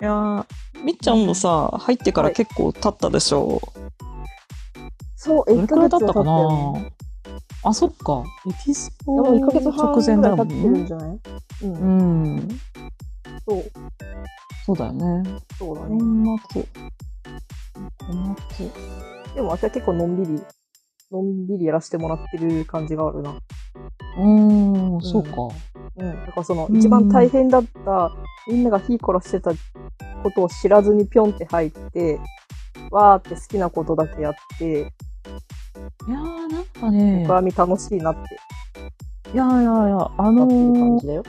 いやーみっちゃんもさ、入ってからはい結構経ったでしょそう、どれ1くヶらい月経はった経かったよね。なあ、そっか。エキスでポも1ヶ月半直ぐ前らだいもん経ってるんね。じゃないうん、うん。そう、そうだよね。そうだこね。んなけ。こんなけ。でも私は結構のんびり、のんびりやらせてもらってる感じがあるな。うーん、そうか。うん。だからその、うん一番大変だった、みんなが火凝らしてたことを知らずにぴょんって入って、わーって好きなことだけやって、いやー、なんかね、僕はみ楽しいなっていやいやいや、あなのってる感ーじ、だよ。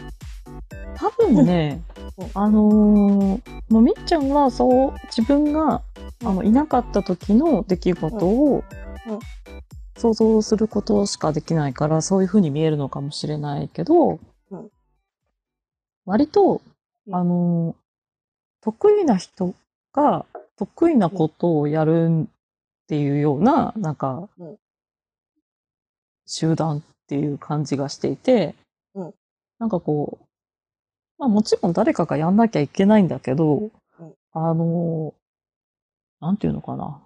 多分 ねうん、あのー、もうみっちゃんはそう、自分が、あの、いなかった時の出来事をうんうん、想像することしかできないから、そういうふうに見えるのかもしれないけどうん、割と、うんあのー、得意な人が得意なことをやるっていうような、なんかうん、集団っていう感じがしていてうん、なんかこう、まあもちろん誰かがやんなきゃいけないんだけど、うんあのー、なんていうのかな。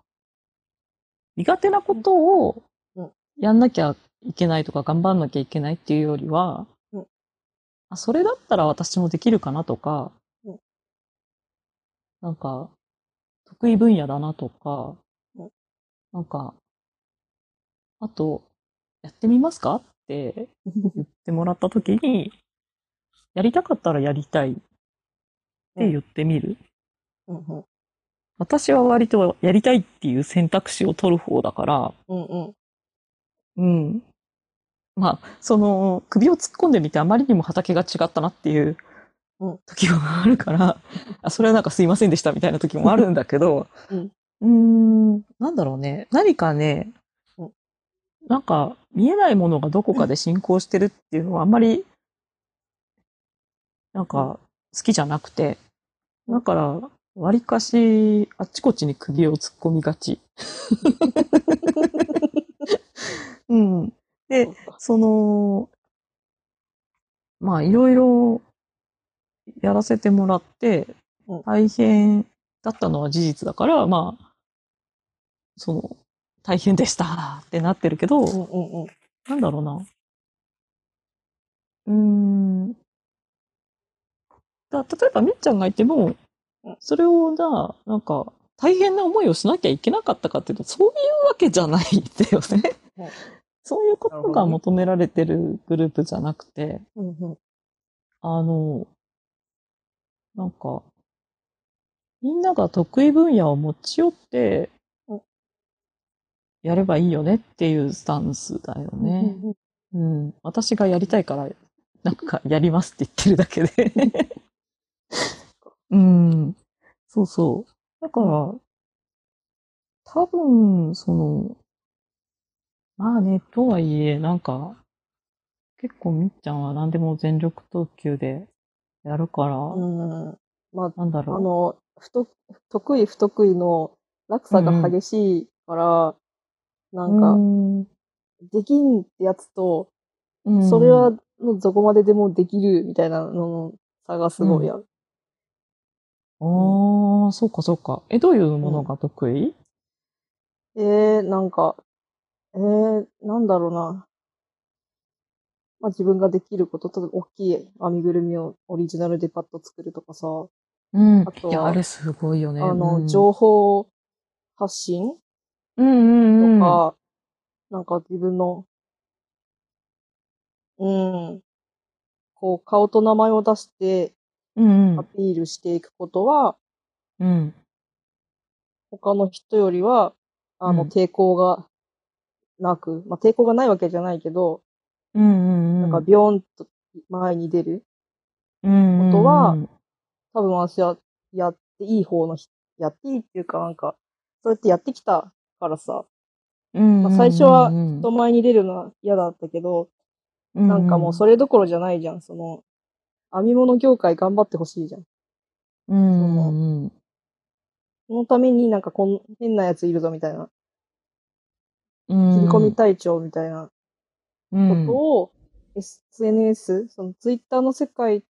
苦手なことをうんやんなきゃいけないとか頑張んなきゃいけないっていうよりは、うんあそれだったら私もできるかなとか、うんなんか、得意分野だなとか、うんなんか、あと、やってみますか って言ってもらった時に、やりたかったらやりたいって言ってみる。うんうん。私は割とやりたいっていう選択肢を取る方だから、うんうん。うん。まあ、その、首を突っ込んでみてあまりにも畑が違ったなっていううん時があるから、あそれはなんかすいませんでしたみたいな時もあるんだけど、うんうーん、なんだろうね。何かねうん、なんか見えないものがどこかで進行してるっていうのはあんまり、なんか好きじゃなくて、だから、わりかし、あっちこっちに首を突っ込みがち。うん。でそっかその、まあ、いろいろやらせてもらってうん、大変だったのは事実だから、まあ、その、大変でしたってなってるけうど、んうんうん。なんだろうな。うーん。だ例えば、みっちゃんがいてもうん、それをな、なんか、大変な思いをしなきゃいけなかったかっていうと、そういうわけじゃないんだよねはい。そういうことが求められてるグループじゃなくて、うんうん。あの、なんか、みんなが得意分野を持ち寄ってうん、やればいいよねっていうスタンスだようんね。うん。私がやりたいから、なんかやりますって言ってるだけ で。うん。そうそう。だから、多分、その、まあね、とはいえ、なんか、結構みっちゃんは何でも全力投球でやるから、うんうん。まあ、なんだあろの、不と得意不得意の落差が激しいから、う。なうんか、んできんってやつと、うんそれは、もうどこまででもできるみたいなのの差がすごいある。ああ、そうかそうか。え、どういうものが得意、えー、なんか、えー、なんだろうな。まあ自分ができること、例えば大きい編みぐるみをオリジナルでパッと作るとかさ、うんあとはいや、あれすごいよね。あうの、ん情報発信うんうんうん、とか、なんか自分の、うん、こう、顔と名前を出してうんアピールしていくことは、うん。他の人よりは、あの、うん抵抗がなく、まあ、抵抗がないわけじゃないけど、うんうんう。なんんか、ビヨーンと前に出る。こことは多分私はやっていい方の人、やっていいっていうかなんか、そうやってやってきたからさ、うんまあ、最初は人前に出るのは嫌だったけど、なんかもうそれ、れどころじゃないじゃん。その、編み物業界頑張ってほしいじゃん。うんうんうんそのためになんかこん変なやついるぞみたいな、切り込み隊長みたいなうんことを、SNS、そのツイッターの世界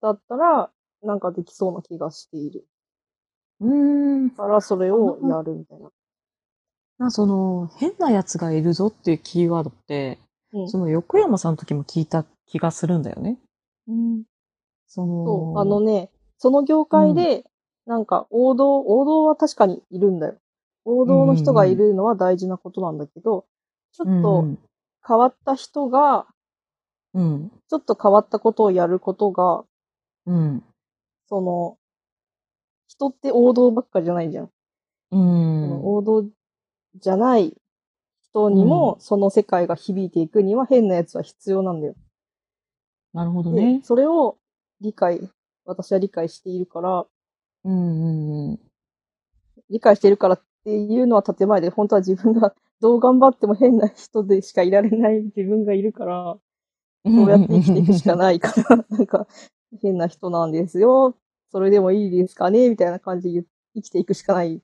だったら、なんかできそうな気がしている。うーん。だからそれをやるみたいな。な、その、変なやつがいるぞっていうキーワードって、うんその横山さんの時も聞いた気がするんだよね。その、そう。あのね、その業界で、なんか王道、王道は確かにいるんだよ。王道の人がいるのは大事なことなんだけど、ちうんょっと変わった人が、うん、ちょっと変わったことをやることが、うん、その、人って王道ばっかじゃないじゃん。うん、そうのん、王道じゃない人にも、その世界が響いていくには変なやつは必要なんだよ。なるほどで、ね。それを理解、私は理解しているから、うん、うん、理解しているからっていうのは建前で、本当は自分がどう頑張っても変な人でしかいられない自分がいるから、うそん。うやって生きていくしかないから、なんか、変な人なんですよ。それでもいいですかねみたいな感じで言う生きていくしかないん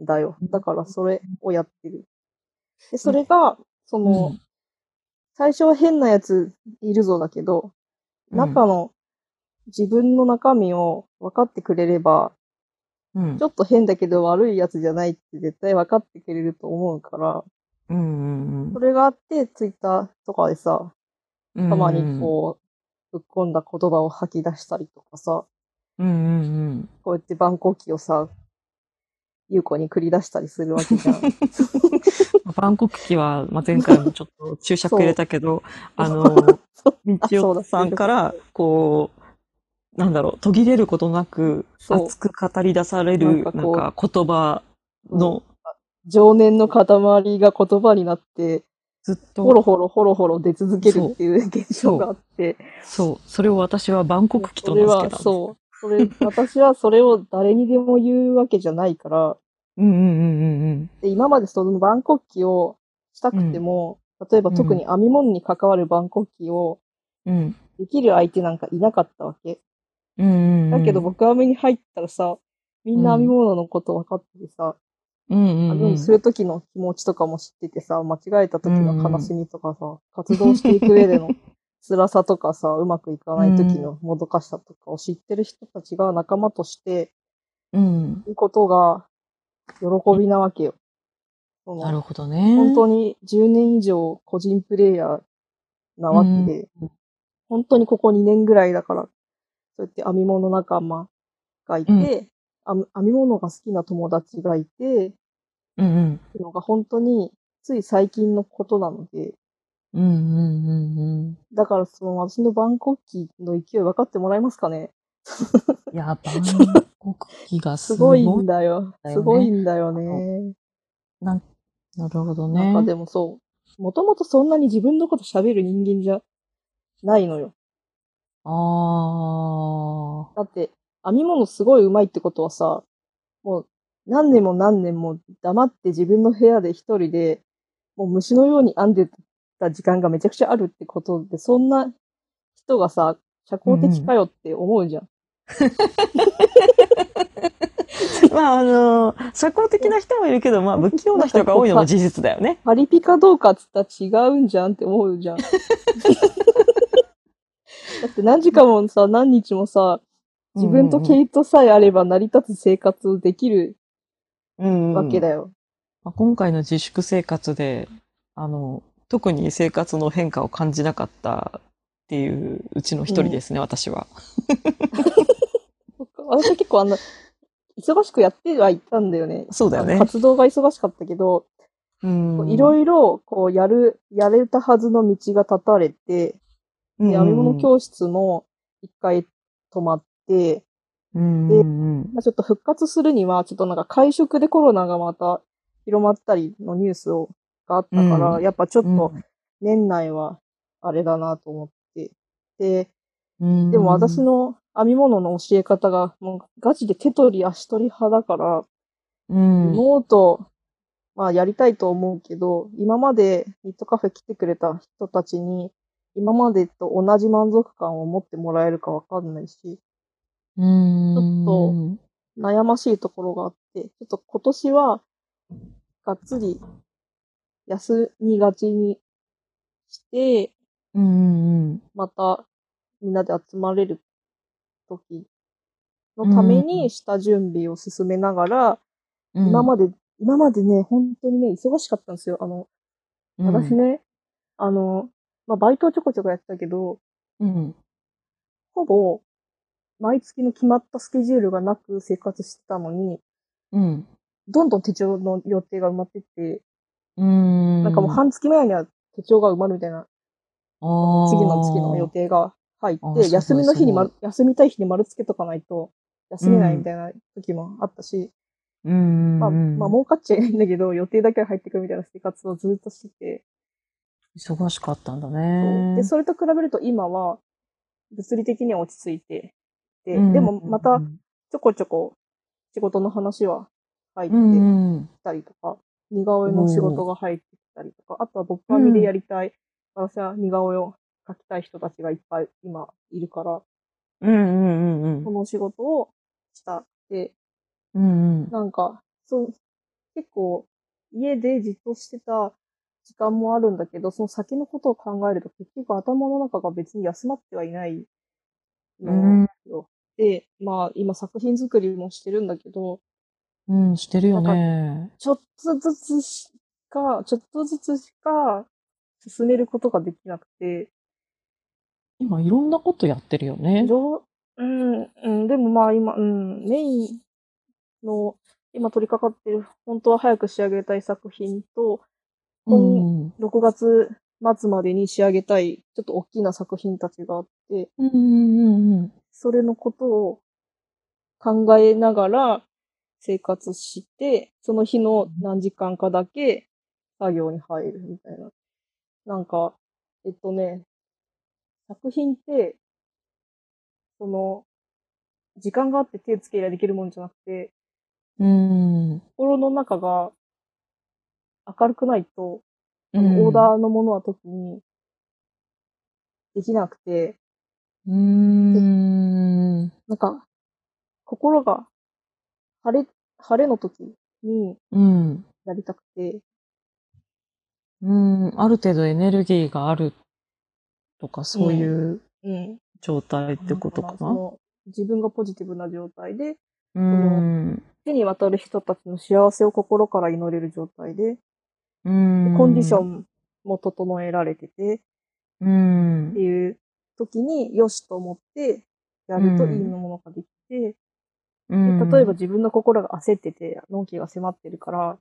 だよ。だから、それをやってる。で、それが、その、うん最初は変なやついるぞだけど、うん中の、自分の中身を分かってくれれば、うんちょっと変だけど悪いやつじゃないって絶対分かってくれると思うから、うん、それがあって、ツイッターとかでさ、うん。たまにこう、ぶっ込んだ言葉を吐き出したりとかさ、うん、うん、うん、こうやって反抗期をさ、ゆうこに繰り出したりするわけ じゃん。うん。バンコク期は、まあ、前回もちょっと注釈入れたけ ど、あの、みちおさんから、こう、なんだろう、途切れることなく、そう熱く語り出される、ななんかんこうか言葉の、情念の塊が言葉になって、ずっほと、ろほろほろほろ出続けるっていう現象があって、そう、それを私はバンコク期とそれ名付はけたんです。そう。それ、私はそれを誰にでも言うわけじゃないから、うんうんうんうんうん。で今までその万国旗をしたくても、例えば特に編み物に関わる万国旗をうん。できる相手なんかいなかったわけ。うんうんうん。だけど僕は目に入ったらさ、みんな編み物のこと分かっててさ、うんうん編みうん、物する時の気持ちとかも知っててさ、間違えた時の悲しみとかさ、活動していく上で の辛さとかさ、うまくいかない時のもどかしさとかを知ってる人たちが仲間としてうん。いることが喜びなわけよ。そのなるほどね。本当に10年以上個人プレイヤーなわけで、うん本当にここ2年ぐらいだから、そうやって編み物仲間がいて、うんあ編み物が好きな友達がいて、ってうんうん。いうのが本当につい最近のことなので、うんうんうんうん。だからその私のバンコッキーの勢い分かってもらえますかねい や、バンコク期がすすごごい。いんだよ。すすごごいいんだよね。なんなるほどね。なんかでもそう、もともとそんなに自分のこと喋る人間じゃないのよ。あだって、編み物すごい上手いってことはさ、もう何年も何年も黙って自分の部屋で一人で、もう虫のように編んでた時間がめちゃくちゃあるってことで、そんな人がさ、社交的かよって思うじゃん。あ。 まあ、あのー、社交的な人もいるけど、まあ、不器用な人が多いのも事実だよね。パリピかどうかっつったら違うんじゃんって思うじゃん。だって何時間もさ、何日もさ、自分と毛糸さえあれば成り立つ生活できるうんうんわけだよ。まあ、今回の自粛生活で、あの、特に生活の変化を感じなかったっていううちの一人ですね、私は。そっか 私は結構あんな、忙しくやってはいたんだよね。そうだよねあの活動が忙しかったけど、こういいろいろ、こう、やる、やれたはずの道が断たれて、ろで編み物教室も一回止まって、室うんまあ、ちょっと復活するには、ちょっとなんか会食でコロナがまた広まったりのニュースを、があったから、うんやっぱちょっうんと年内はあれだなと思って。で、うんでも私の編み物の教え方が、もうガチで手取り足取り派だから、うんリモート、まあやりたいと思うけど、今までニットカフェ来てくれた人たちに、今までと同じ満足感を持ってもらえるかわかんないし、うんちょ悩ましいところがあって、ちょっと今年は、がっつり、休みがちにして、うんうんまた、みんなで集まれる時のためうんに下準備を進めながら、うん今まで、今までね、本当にね、忙しかったんですよ。あの、うん私ね、あの、まあ、バイトをちょこちょこやってたけど、うん。ほぼ、毎月の決まったスケジュールがなく生活してたのに、うん。どんどん手帳の予定が埋まってって、うん。なんかもう半月前には手帳が埋まるみたいな、次の月の予定。定が入あーって、す休ごいみの日にまする、休みたい日に丸つけとかないと、休めないみたいな時もあったし、うん。まあ、まあ、儲かっちゃいないんだけど、予定だけは入ってくるみたいな生活をずっとしてて、忙しかったんだそうね。で、それと比べると今は、物理的には落ち着いて、で、うんでもまうた、んちょこちょこ、仕事の話は入っうてんきうん。たりとか、似顔絵の仕事が入ってきたりとか、あとは僕は身でやりたい、私は似顔絵を描きたい人たちがいっぱい今いるから、うんうんうんこの仕事をした。で、うん。うんうん。なんか、そう、結構、家でじっとしてた時間もあるんだけど、その先のことを考えると、結局頭の中が別に休まってはいないのよ。で、まあ、今作品作りもしてるんだけど、うん、してるよね。ちょっとずつしか、ちょっとずつしか進めることができなくて、今いろんなことやってるよね。どう、うん、うん、でもまあ今、うん、メインの、今取り掛かってる、本当は早く仕上げたい作品と、うん。 6月末までに仕上げたい、ちょっと大きな作品たちがあって、うんうんうんそれのことを考えながら生活して、その日の何時間かだけ作業に入るみたいな。なんか、えっとね、作品って、その、時間があって手つけりゃできるもんじゃなくて、うん。うん。心の中が明るくないと、あうんの、オーダーのものは特にできなくて、うん。なんか、心が晴れ、晴れの時にうん。やりたくて、うん。ある程度エネルギーがあるとか、そういううん。状態ってことかだらそな。の自分がポジティブな状態で、うん。手に渡る人たちの幸せを心から祈れる状態で、うん。コンディションも整えられてて、うんって。いう時に、よしと思って、やるといいものができうて、んで例えば、自分の心が焦ってて、納期が迫ってるから、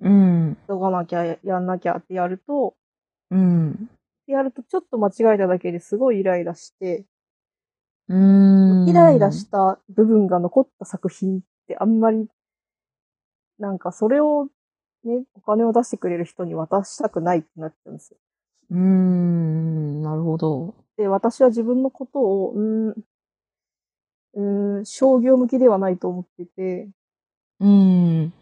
うん。急がなきゃ、やんなきゃってやると、うん。ってやるとちょっと間違えただけですごいイライラして、うん。イライラした部分が残った作品ってあんまり、なんかそれをね、お金を出してくれる人に渡したくないってなっちゃうんですよ。うん。なるほど。で、私は自分のことを、うーん、うーん、商業向きではないと思ってて、うん。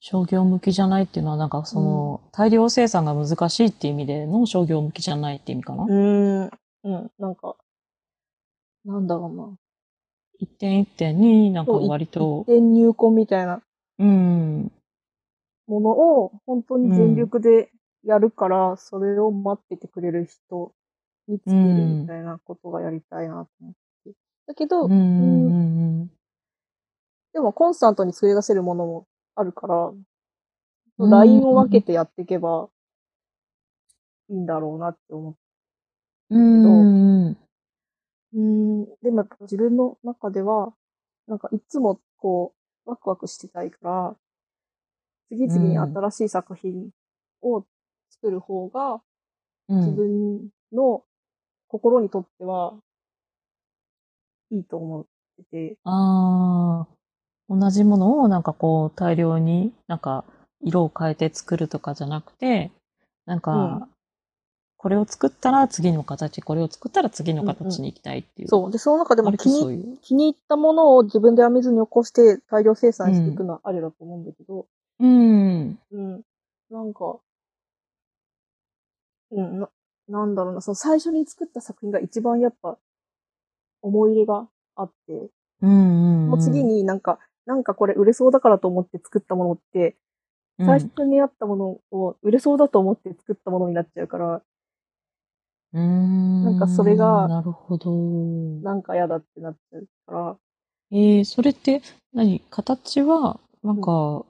商業向きじゃないっていうのは、なんかその、大量生産が難しいっていう意味での商業向きじゃないって意味かな。うーん、うん、なんか、なんだろうな。一点一点になんかそう割と、で、入婚みたいなうん。ものを本当に全力でやるから、それを待っててくれる人に尽きるみたいなことがやりたいなと思って。だけど、うんうんでもコンスタントに作り出せるものもあるから、うんラインを分けてやっていけばいいんだろうなって思って。うんうん。うん。うん、でもやっぱ自分の中では、なんかいつもこう、ワクワクしてたいから、次々に新しい作品を作る方が、う自ん。分の心にとっては、いいと思ってて、ああ。同じものをなんかこう大量になんか色を変えて作るとかじゃなくて、なんうんか、これを作ったら次の形、これを作ったら次の形に行きたいっていう。そう。で、その中でも割気とそにういう。気に入ったものを自分で編みずに起こして大量生産していくのはあれだと思うんだけど、うん。うん、なんか、うん、ななんだろうな、その最初に作った作品が一番やっぱ思い入れがあって、うん。もう次、になんか、なんかこれ売れそうだからと思って作ったものって、うん、最初にあったものを売れそうだと思って作ったものになっちゃうから、うーん。なんかそれがなるほど。なんか嫌だってなっちゃうから、えー、それって、何形は、なんか、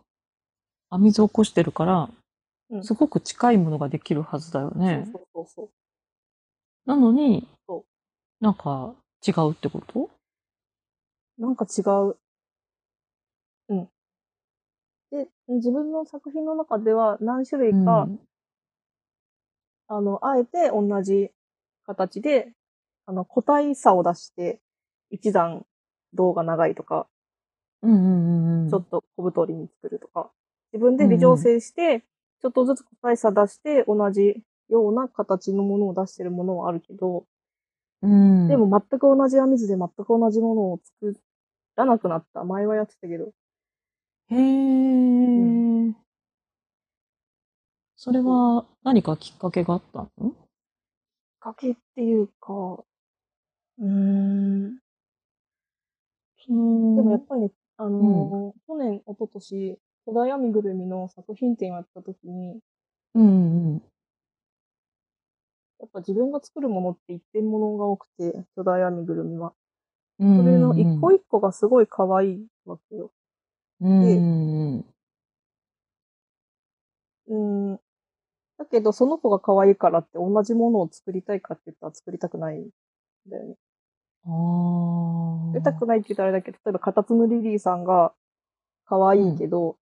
編み図を起こしてるから、うんすごく近いものができるはずだよね。そうそうそうそう。なのにそ、なんか違うってことなんか違う。うん。で、自分の作品の中では何種類か、うんあの、あえて同じ形で、あの、個体差を出して、一段胴が長いとか、うんうんうんうん。ちょっと小太りに作るとか、自分で微調整して、ちょっとずつ個体差出して、同じような形のものを出してるものはあるけど、うん。でも全く同じ編み図で全く同じものを作らなくなった。前はやってたけど。へー。それは何かきっかけがあったのかけっていうか、うーん。そのでもやっぱりね、あのー去年、一昨年、古代編みぐるみの作品展をやった時に、うんうん。やっぱ自分が作るものって一点物が多くて、巨大編みぐるみは。そそれの一個一個がすごい可愛いわけよ。うんうんうん。うん。だけど、その子が可愛いからって同じものを作りたいかって言ったら作りたくないんだよね。ああ。作りたくないって言ったらあれだけど、例えばカタツムリリーさんが可愛いけど、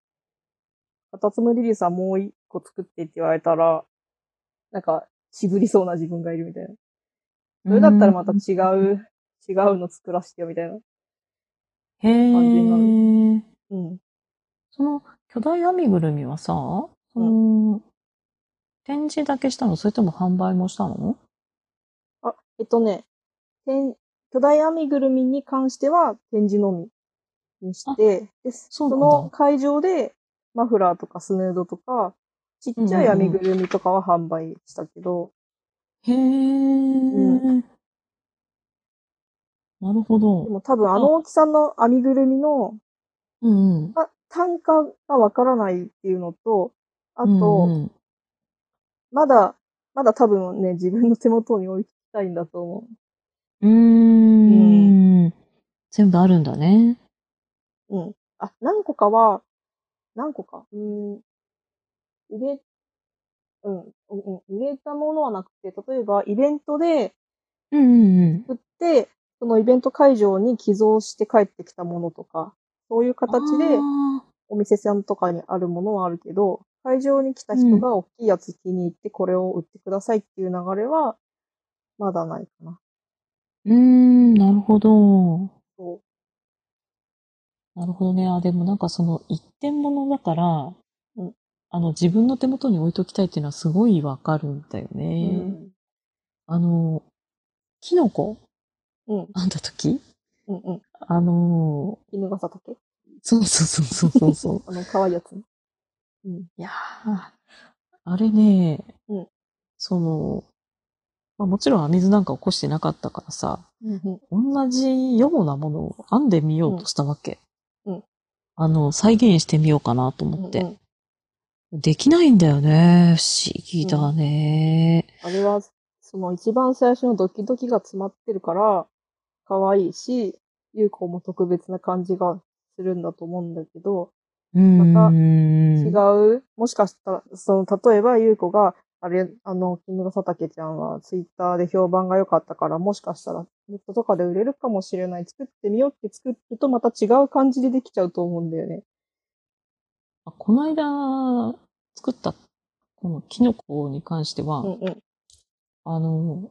カタツムリリーさんもう一個作ってって言われたら、なんか、渋りそうな自分がいるみたいな。それだったらまた違う、違うの作らせてよみたいな。へ感じになえ。うん。その巨大編みぐるみはさ、その展示だけしたのそれとも販売もしたのあ、えっとね、展巨大編みぐるみに関しては展示のみにして、でそうなんだの会場でマフラーとかスヌードとか、ちっちゃい編みぐるみとかは販売したけど、へえ。なるほどで。も多分あの大きさの編みぐるみのうんうん。あ単価がわからないっていうのと、あと、うんまだ、まだ多分ね、自分の手元に置きたいんだと思うん、うーん。全部あるんだね。う。うん。あ、何個かは、何個か。うーん。入れ、うん、うん、うん入れたものはなくて、例えばイベントでうんうんうん。売って、そのイベント会場に寄贈して帰ってきたものとか、そういう形であお店さんとかにあるものはあるけど、会場に来た人が大きいやつ気に入ってこれを売ってくださいっていう流れは、まだないかな。ーうーん、なるほど。そう。なるほどね。あ、でもなんかその一点物だから、うんあの自分の手元に置いときたいっていうのはすごいわかるんだよね。うんあの、キノコうん。編んだ時うんうん。あの、衣笠竹そうそうそうそうそうそう。あの、可愛いやつね。 いやー、あれね、うんその、まあ、もちろん編み図なんか起こしてなかったからさ、うんうん。同じようなものを編んでみようとしたわけ。うんうんあの、再現してみようかなと思って。うんうんできないんだよね。不思議だね。あれは、その一番最初のドキドキが詰まってるから、可愛いし、優子も特別な感じがするんだと思うんだけど、うん。また違違う、もしかしたら、その、例えば優子が、あれ、あの、キングの佐竹ちゃんはツイッターで評判が良かったから、もしかしたらネットとかで売れるかもしれない。作ってみようって作るとまた違う感じでできちゃうと思うんだよね。この間作った、このキノコに関しては、うんうん。あの、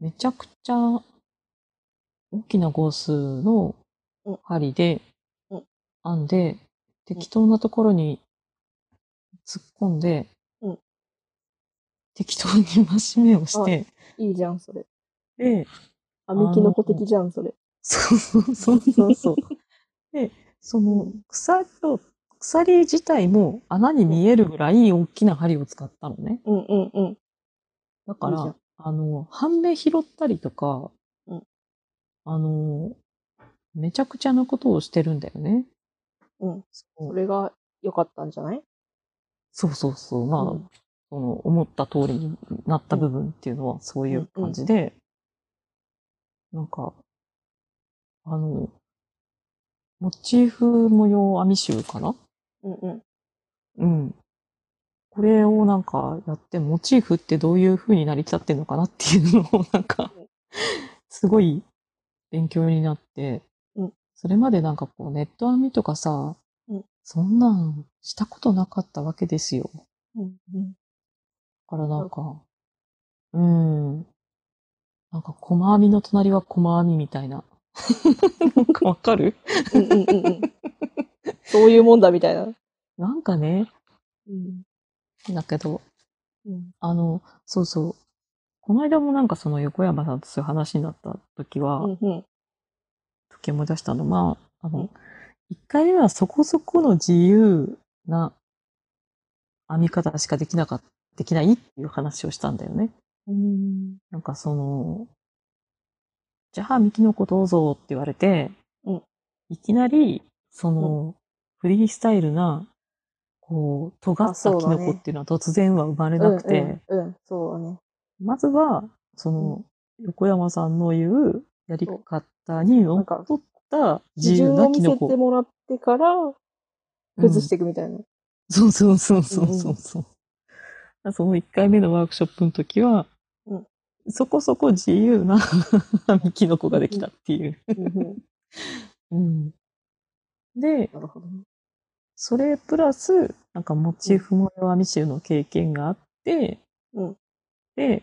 めちゃくちゃ大きな号数のうん針でうん編んで、適当なところに突っ込んで、うん適当に増し目をして、いいじゃん、それ。で、アミキノコ的じゃん、それ。そうそうそうそうそう。で、その鎖と、鎖自体も穴に見えるぐらい大きな針を使ったのね。うんうんうん。だかいいじゃらん、あの、半目拾ったりとか、うんあの、めちゃくちゃなことをしてるんだよね。うんそそうれが良かったんじゃないそうそうそう。まあ、うんその思った通りになった部分っていうのはそういう感じで、なんか、あの、モチーフ模様編み集かなうんうん。うん。これをなんかやって、モチーフってどういう風になりきってんのかなっていうのをなんかうん、すごい勉強になってうん、それまでなんかこうネット編みとかさうん、そんなんしたことなかったわけですよ。うんうん。だからなんか、うん。なんか、細編みの隣は細編みみたいな。 なんかわかるうんうんうんうん。そういうもんだみたいな。なんかね、うん。だけど、うん。あの、そうそう。この間もなんかその横山さんとそういう話になった時は、うんうん。時計も出したの、まあ、あうのん、一回目はそこそこの自由な編み方しかできなかっできないっていう話をしたんだよね。うん。なんかその、じゃあ、ミキノコどうぞって言われて、うんいきなり、その、フリースタイルな、こう、尖あったそうキだねノコっていうのは突然は生まれなくて、うんうん、うんそうだね。まずは、その、横山さんの言うやり方にのっとった自基由準なをキ見ノせコて。もらってから、崩していくみたいな。そうそうそうそうそうそう。その1回目のワークショップの時は、うんそこそこ自由な キノコができたっていう。うんうんで、なるほど ね。それプラス、なんかモチーフ模様編み集の経験があって、うんで、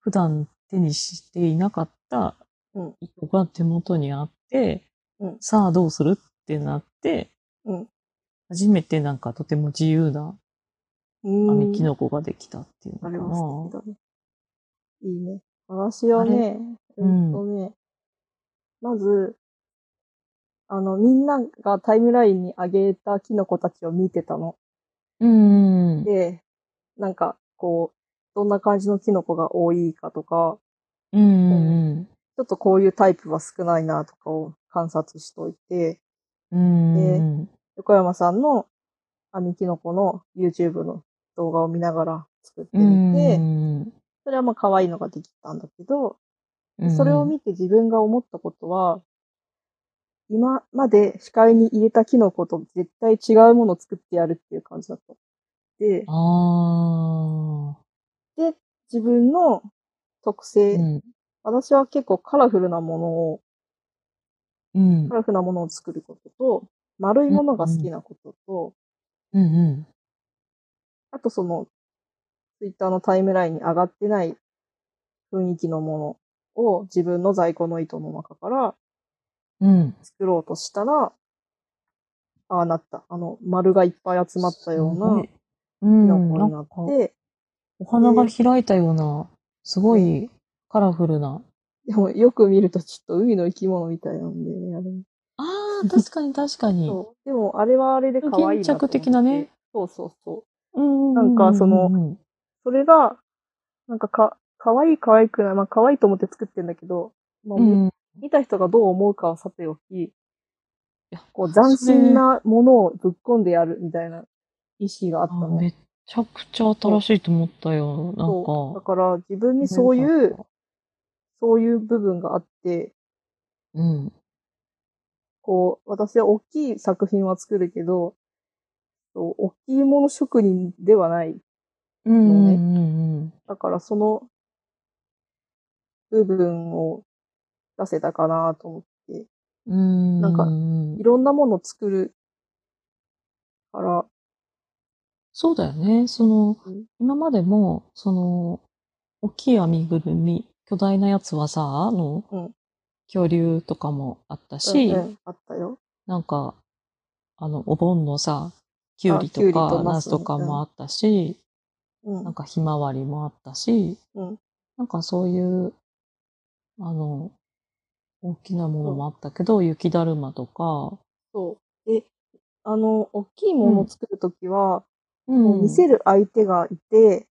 普段手にしていなかったうん糸が手元にあって、うんさあどうするってなって、うん初めてなんかとても自由なうん。編みキノコができたっていうあのれかは素敵な。だね。いいね。私はね、れうんとね、まず、あの、みんながタイムラインに上げたキノコたちを見てたの。うん。で、なんか、こう、どんな感じのキノコが多いかとか、うん。ちょっとこういうタイプは少ないなとかを観察しといて、うん。横山さんの編みキノコの YouTube の動画を見ながら作ってうみて、ん。それはまあ可愛いのができたんだけど、うんそれを見て自分が思ったことは、今まで視界に入れたキノコと絶対違うものを作ってやるっていう感じだった。で、ああ。自分の特性、うん。私は結構カラフルなものを、うんカ。ラフルなものを作ることと、丸いものが好きなことと、うんうん。あとその、ツイッターのタイムラインに上がってない雰囲気のものを自分の在庫の糸の中からうん。作ろうとしたら、ああなった。あの、丸がいっぱい集まったようなキうノん、コなになんっか、て、お花が開いたような、すごいカラフルな。でもよく見るとちょっと海の生き物みたいなんでね、あれ。ああ、確かに確かに。そうでも、あれはあれで可愛いなと思って。巾着的なね。そうそう そうう。んなんかその、それが、なんかか、可愛い可愛くない。まあ可愛いと思って作ってんだけど、まあ、うん。い見た人がどう思うかはさておき、やこう斬新なものをぶっ込んでやるみたいな意識があったあの。めちゃくちゃ新しいと思ったよ。なんそうだか。から自分にそういう、なんか。そういう部分があって、うん。こう、私は大きい作品は作るけど、そう大きいもの職人ではない。うんねうんうん。だからその部分を出せたかなと思って、うん。なんかいろんなものを作るから、そうだよね。そのうん、今までも、その、大きい編みぐるみ、巨大なやつはさ、あの、うん恐竜とかもあったうんし、うんあったよ。なんか、あの、お盆のさ、きゅうりあきゅとうりとか、ナナススねとかもあったし、うんなんかひまわりもあったし、うんなんかそういう、あの、大きなものもあったけど、雪だるまとか、そう。で、あの、大きいものを作るときは、うんもう見せる相手がいて、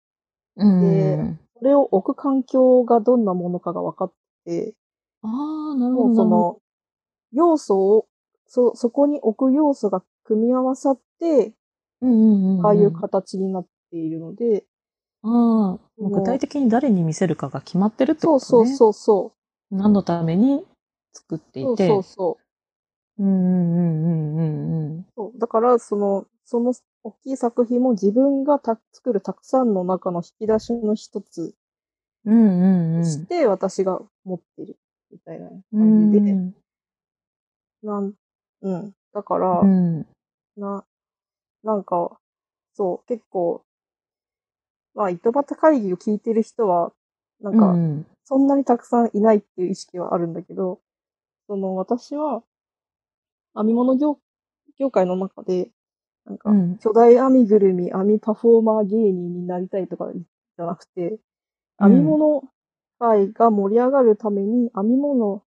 うん。それを置く環境がどんなものかが分かって、ああ、なるもほど。うその、要素を、そ、そこに置く要素が組み合わさって、なるほど、うんうんうんうんああいう形になっているので、うん。もう具体的に誰に見せるかが決まってるってそこうとそうね。そうそ何のために作ってう。いそうて。そうそう。うんうんうんうんうんそうだから、その、その大きい作品も自分がた作るたくさんの中の引き出しの一つうん。うんうんうとん。して、私が持ってるみたいなう感じで、んなん、うん。だから、うん。な、なんか、そう、結構、まあ、糸端会議を聞いてる人は、なんか、うんそんなにたくさんいないっていう意識はあるんだけど、その、私は、編み物業、業界の中で、なんかう、ん巨大編みぐるみ、編みパフォーマー芸人になりたいとかじゃなくて、うん編み物界が盛り上がるために、編み物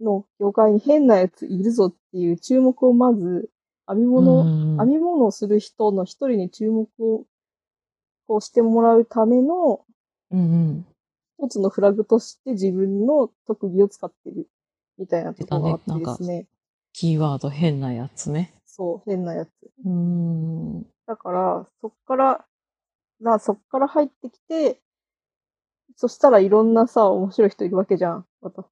の業界に変なやついるぞっていう注目をまず、編み物、うん編み物をする人の一人に注目をこうしてもらうためのうんうん。一つのフラグとして自分の特技を使ってるみたいなところがあってですね。キーワード変なやつね。そう、変なやつ。うん。だから、そっから、な、そっから入ってきて、そしたらいろんなさ、面白い人いるわけじゃん。また、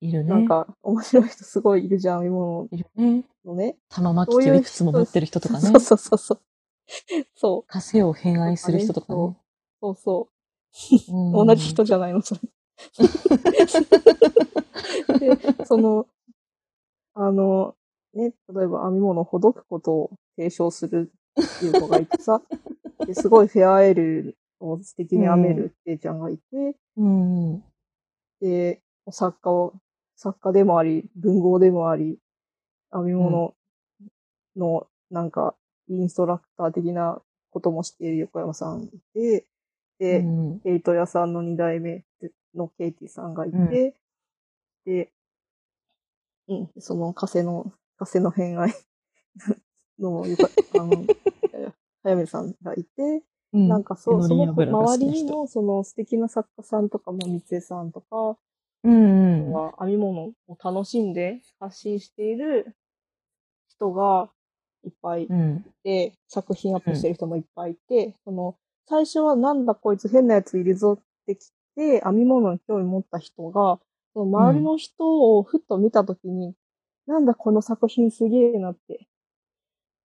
いるね。なんか、面白い人すごいいるじゃん、今のいるね。のね。玉巻そうきいをういくつも持ってる人とかね そ。うそうそうそう。そ枷を偏愛する人とかねそ。う、そうそうんう。同じ人じゃないの、それ。 で、その、あの、ね、例えば編み物をほどくことを提唱するっていう子がいてさ、ですごいフェアエールを素敵に編めるってちゃんがいて、うんうん。で、作家を、作家でもあり、文豪でもあり、編み物の、なんか、インストラクター的なこともしている横山さんいて、で、うんケイト屋さんの二代目のケイティさんがいて、うんで、うん、その加瀬の、加瀬の偏愛 のよか、あの、早見さんがいて、うんなんかそう、そ手乗りの油が好周きりな人にも、その素敵な作家さんとかも、三江さんとか、うんうん。は編み物を楽しんで発信している人がいっぱいいうん。て、作品アップしてる人もいっぱいいて、その、最初はなんだこいつ変なやついるぞってきて、編み物に興味持った人が、その周りの人をふっと見たときに、なんだこの作品すげえなって、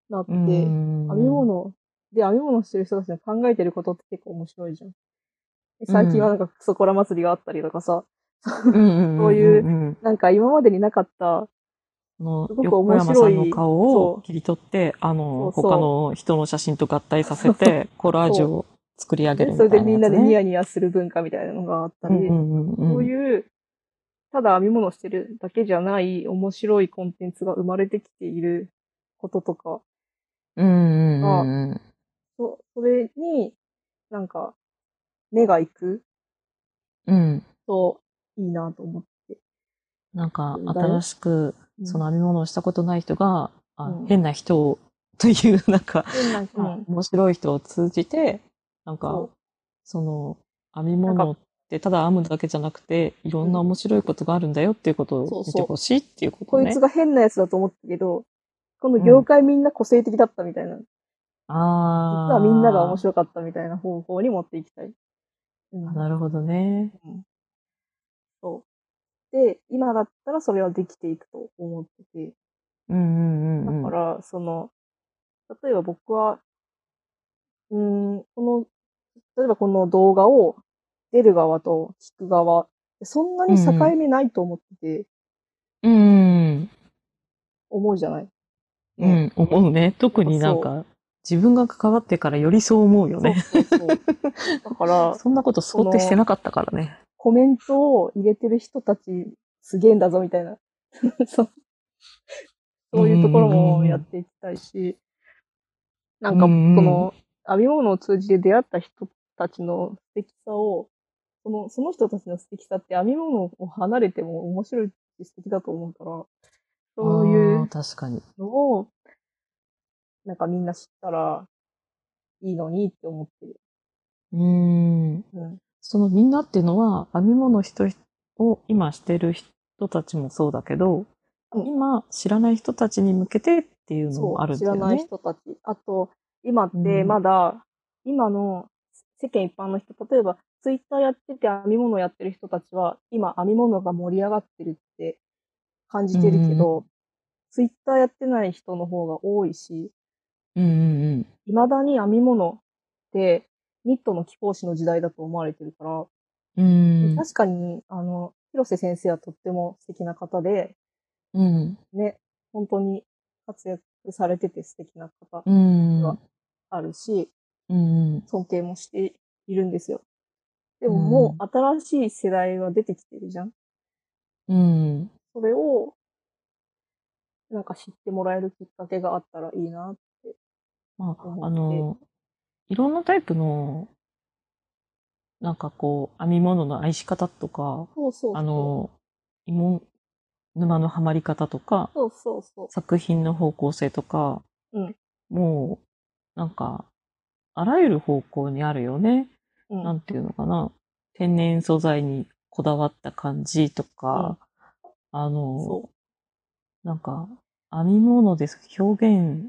なって、うん編み物、で、編み物してる人たちの考えてることって結構面白いじゃん。で最近はなんかクソコラ祭りがあったりとかさ、そそういううん、なんか今までになかった、のすごく横面山白いさんの顔そをう切り取って、あの、そうそう他の人の写真と合体させて、コラージュを作り上げるね、みそたいなやつ、れでね。みんなでニヤニヤする文化みたいなのがあったり、うんうんうんそうういう、ただ編み物してるだけじゃない面白いコンテンツが生まれてきていることとか、んうんうんうん。そそれに、なんか、目が行くうん。といいなと思って。なんか、だよ新しく、うんその編み物をしたことない人が、あうん変な人を、という、なんか、なんか、うん面白い人を通じて、なんそかう、その、編みなん物かってただ編むだけじゃなくて、いろんなうん面白いことがあるんだよっていうことそうをそ見うてほしいっていうことこいねつ。が変なやつだと思ったけど、この業界みんな個性的だったみたいな。実ああ。はみんなが面白かったみたいな方向に持っていきたい。うんなるほどね。そう。で、今だったらそれはできていくと思ってて。うんうんだうんうん。から、その、例えば僕は、うーん、この、例えばこの動画を出る側と聞く側、そんなに境目ないと思ってて、うん思うじゃない、うん。うん、思うね。特になんか、自分が関わってからよりそう思うよね。そうそうそう。だ から、そんなこと想定してなかったからね。コメントを入れてる人たちすげえんだぞみたいな。 そうそういうところもやっていきたいし、なんか、うこんうんの、編み物を通じて出会った人たちの素敵さを、その、その人たちの素敵さって編み物を離れても面白いし素敵だと思うから、そういあーう確かに。のを、なんかみんな知ったらいいのにって思ってる。うん。うん。そのみんなっていうのは、編み物人を今してる人たちもそうだけど、うん今知らない人たちに向けてっていうのそもあるう、ん知だよらね。ない人たち。あと、今っうてんまだ、今の世間一般の人、例えばツイッターやってて編み物やってる人たちは、今編み物が盛り上がってるって感じてるけど、ツイッターやってない人の方が多いし、うんうんいまだに編み物ってニットの貴公子の時代だと思われてるから、うん。うん。確かに、あの、広瀬先生はとっても素敵な方で、うん。ね、本当に活躍されてて素敵な方うん。はあるし、うん。尊敬もしているんですよ。でもうんもう新しい世代は出てきてるじゃん。うん。それを、なんか知ってもらえるきっかけがあったらいいな。ま思っあ、てあの、いろんなタイプの、なんかこう、編み物の愛し方とか、そうそうそう。あの、芋、沼のはまり方とか、そうそうそう。作品の方向性とか、うんもう、なんか、あらゆる方向にあるよね。うんなんていうのかな。天然素材にこだわった感じとか、あのそ、なんか、編み物です表現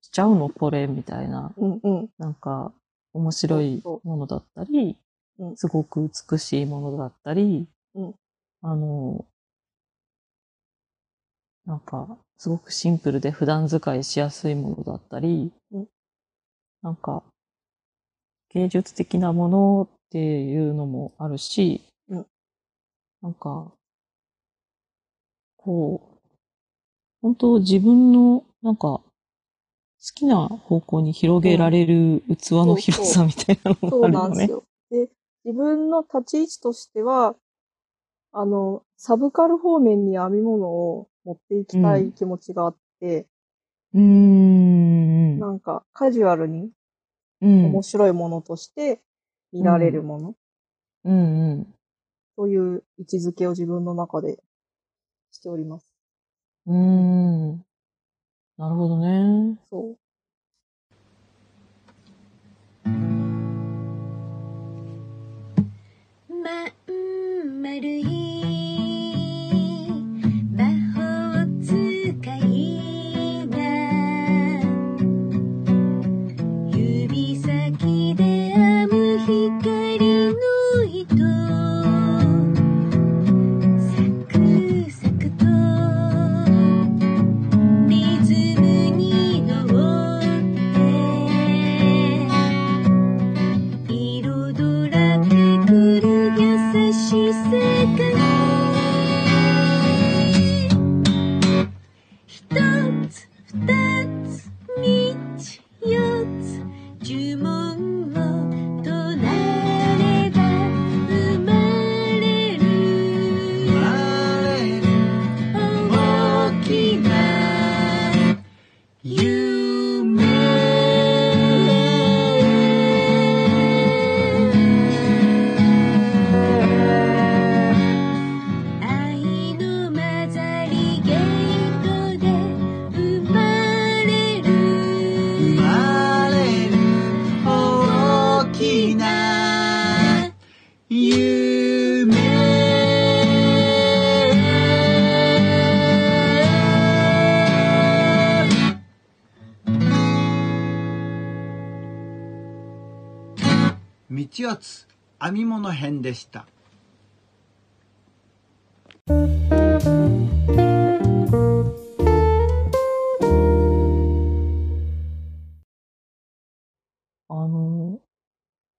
しちゃうのこれみたいな、うんうん。なんか、面白いそうものだったりう、んすごく美しいものだったりうん、あの、なんか、すごくシンプルで普段使いしやすいものだったりうん、なんか、芸術的なものっていうのもあるし、うんなんか、こう、本当自分の、なんか、好きな方向に広げられる器の広さみたいなのそもあうるなよんですね。よ。で、自分の立ち位置としては、あの、サブカル方面に編み物を持っていきたい気持ちがあって、うーん。なんかカジュアルにうん。面白いものとして見られるものうんうん。という位置づけを自分の中でしております。うーん。なるほどね。そう。まんまるい魔法使いが指先で編む光の糸サクサクとリズムに乗って彩られくる優しさが一つ二つ三つ四つ呪文を唱えれば生まれる大きな夢愛の混ざりゲートで生まれる生まれる大きな夢道四つ編み物編でしたあの、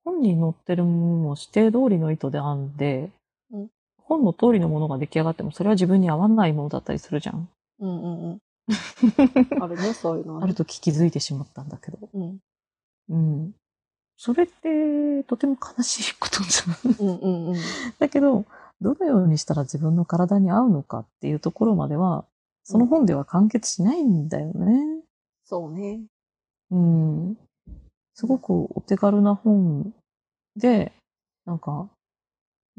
本に載ってるものも指定通りの糸で編んで、うん本の通りのものが出来上がっても、それは自分に合わないものだったりするじゃん。うんうんうん。 あるね、そういうのはあねる。時気づいてしまったんだけど。うん。うん。それって、とても悲しいことじゃない うんうんうん。だけど、どのようにしたら自分の体に合うのかっていうところまでは、その本では完結しないんだよね。そうね。うん。すごくお手軽な本で、なんか、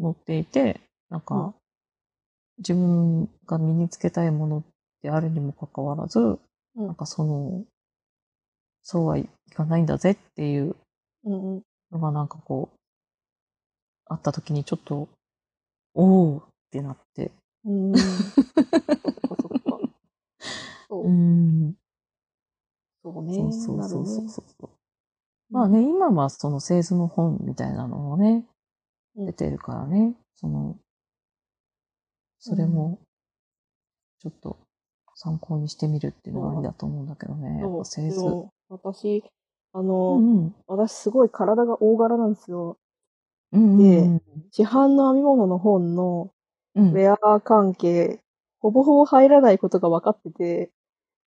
載っていて、なんうか、自分が身につけたいものであるにもかかわらず、んなんかその、そうはいかないんだぜっていううんうん。のがなんかこう、あった時にちょっと、おーってなって、うん。 そっかそっか。そうう。ん。そうね。そうそうそうそうなるねそう。まあね、今はその製図の本みたいなのもね、うん出てるからね、その、それも、ちょっと参考にしてみるっていうのがありだと思うんだけどね、やっぱ製図。そう私、あうの、んうん。私すごい体が大柄なんですよ。うんうん市販の編み物の本のうん。ウうん。ェア関係、ほぼほぼ入らないことが分かってて、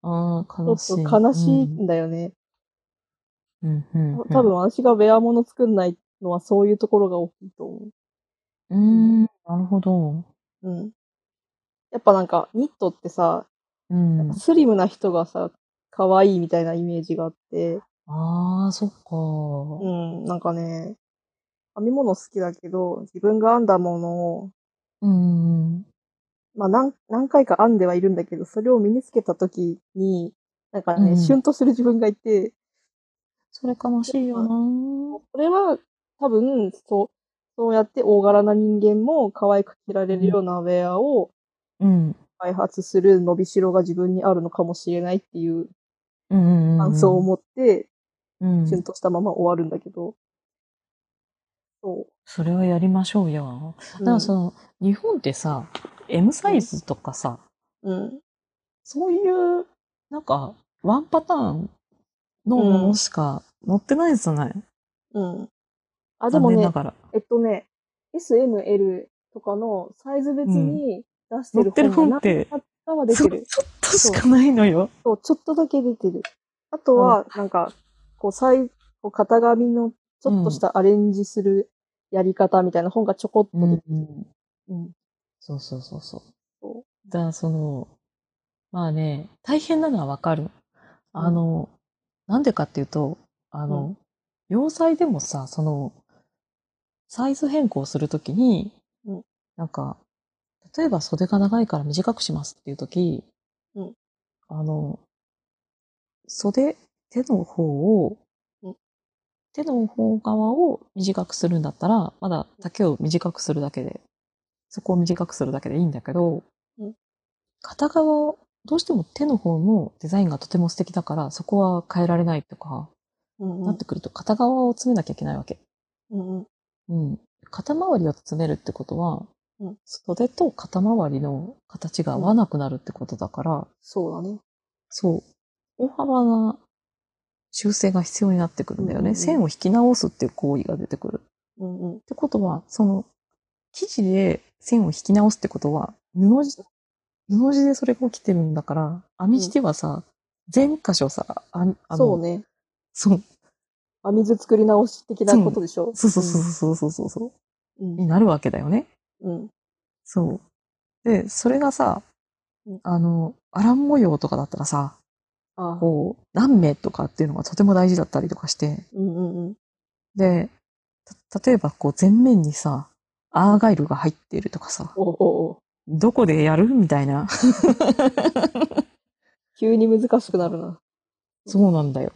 ああ、ちょ悲っしい。と悲しいうんんだよね。うんうんうん、多分私がウェアもの作んないのはそういうところが大きいと思うーん、なるほど。う。うん。やっぱなんか、ニットってさ、うん。スリムな人がさ、可愛いみたいなイメージがあって、ああ、そっか。うん、なんかね、編み物好きだけど、自分が編んだものを、うん。うんまあ何、何回か編んではいるんだけど、それを身につけた時に、なんかね、うんシュンとする自分がいて、それ悲しいよな。それは多分、そう、そうやって大柄な人間も可愛く着られるようなウェアをうん。開発する伸びしろが自分にあるのかもしれないっていううんうんうん。感想を持って、うんシュンとしたまま終わるんだけど。そそれはやりましょうよ。だかう。うらんその、日本ってさ、M サイズとかさ、うん。そういう、なんか、ワンパターンのものしか載ってないじゃない、うん。あ、で残も念ねな、がら。えっとね、S、M、L とかのサイズ別に出してる載ってる本本がって何かは出てる。ちょっとしかないのよ。そう、ちょっとだけ出てる。あとは、なんか、こう、サイこう型紙のちょっとしたアレンジするやり方みたいな本がちょこっと出てる。んうん。そうそうそうそう。そだからその、まあね、大変なのはわかる。あの、なんでかっていうと、あの、洋裁でもさ、その、サイズ変更するときに、うんなんか、例えば袖が長いから短くしますっていうとき、うんあの、袖、手の方を、うん手の方側を短くするんだったら、まだ丈を短くするだけで、そこを短くするだけでいいんだけど、うん片側を、どうしても手の方のデザインがとても素敵だから、そこは変えられないとか、うん。なってくると片側を詰めなきゃいけないわけ。うんうん。うん。肩周りを詰めるってことは、うん袖と肩周りの形が合わなくなるってことだから、そうだね。そう。大幅な修正が必要になってくるんだよね。うんうんうん線を引き直すっていう行為が出てくる。っうんうん。てことは、その、生地で線を引き直すってことは、布地、布地でそれが起きてるんだから、編み地ではさ、全箇所さ、ああの、そうね。そう、編み図作り直し的なことでしょそうそうそうそうそうそう、うん。になるわけだよね。うん。そう。で、それがさうん、あの、アラン模様とかだったらさ、ああ。こう、何名とかっていうのがとても大事だったりとかして、うんうんうん。で、た例えばこう全面にさ、アーガイルが入っているとかさ、おうおうおうどこでやるみたいな。急に難しくなるな。そうなんだよ。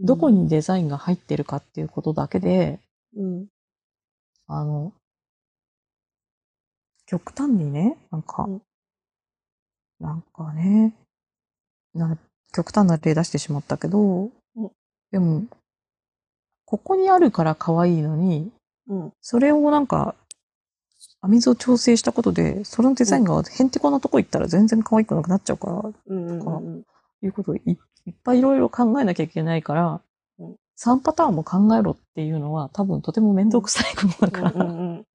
どこににデザインが入ってるかっていうことだけで、うん。あの、極端にね、なんか、うんなんかね、な、極端な例出してしまったけど、うんでも、ここにあるから可愛いのに、うん。それをなんか、編み図を調整したことで、それのデザインがへんてこなとこ行ったら全然可愛くなくなっちゃうから、うんうんうんうん。いうことをいいっぱいいろいろ考えなきゃいけないから、うん3パターンも考えろっていうのは多分とても面倒くさいことだから、うんうんうん。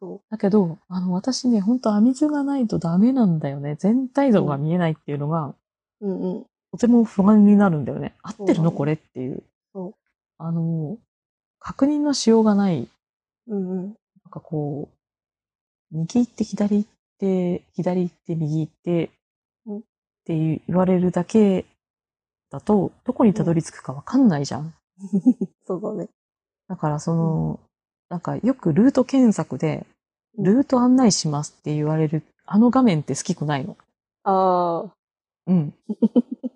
そだけど、あの、私ね、ほんと編み図がないとダメなんだよね。全体像が見えないっていうのが、う。うんうん。とても不安になるんだよね。合ってるそうなののこれっていうそう。あの、確認のしようがない。うんうん。なんかこう、右行って左行って、左行って右行って、うんって言われるだけだと、どこにたどり着くかわかんないじゃん。そうだね。だからその、なんかよくルート検索で、うんルート案内しますって言われる、あの画面って好きくないの。ああ。 うん。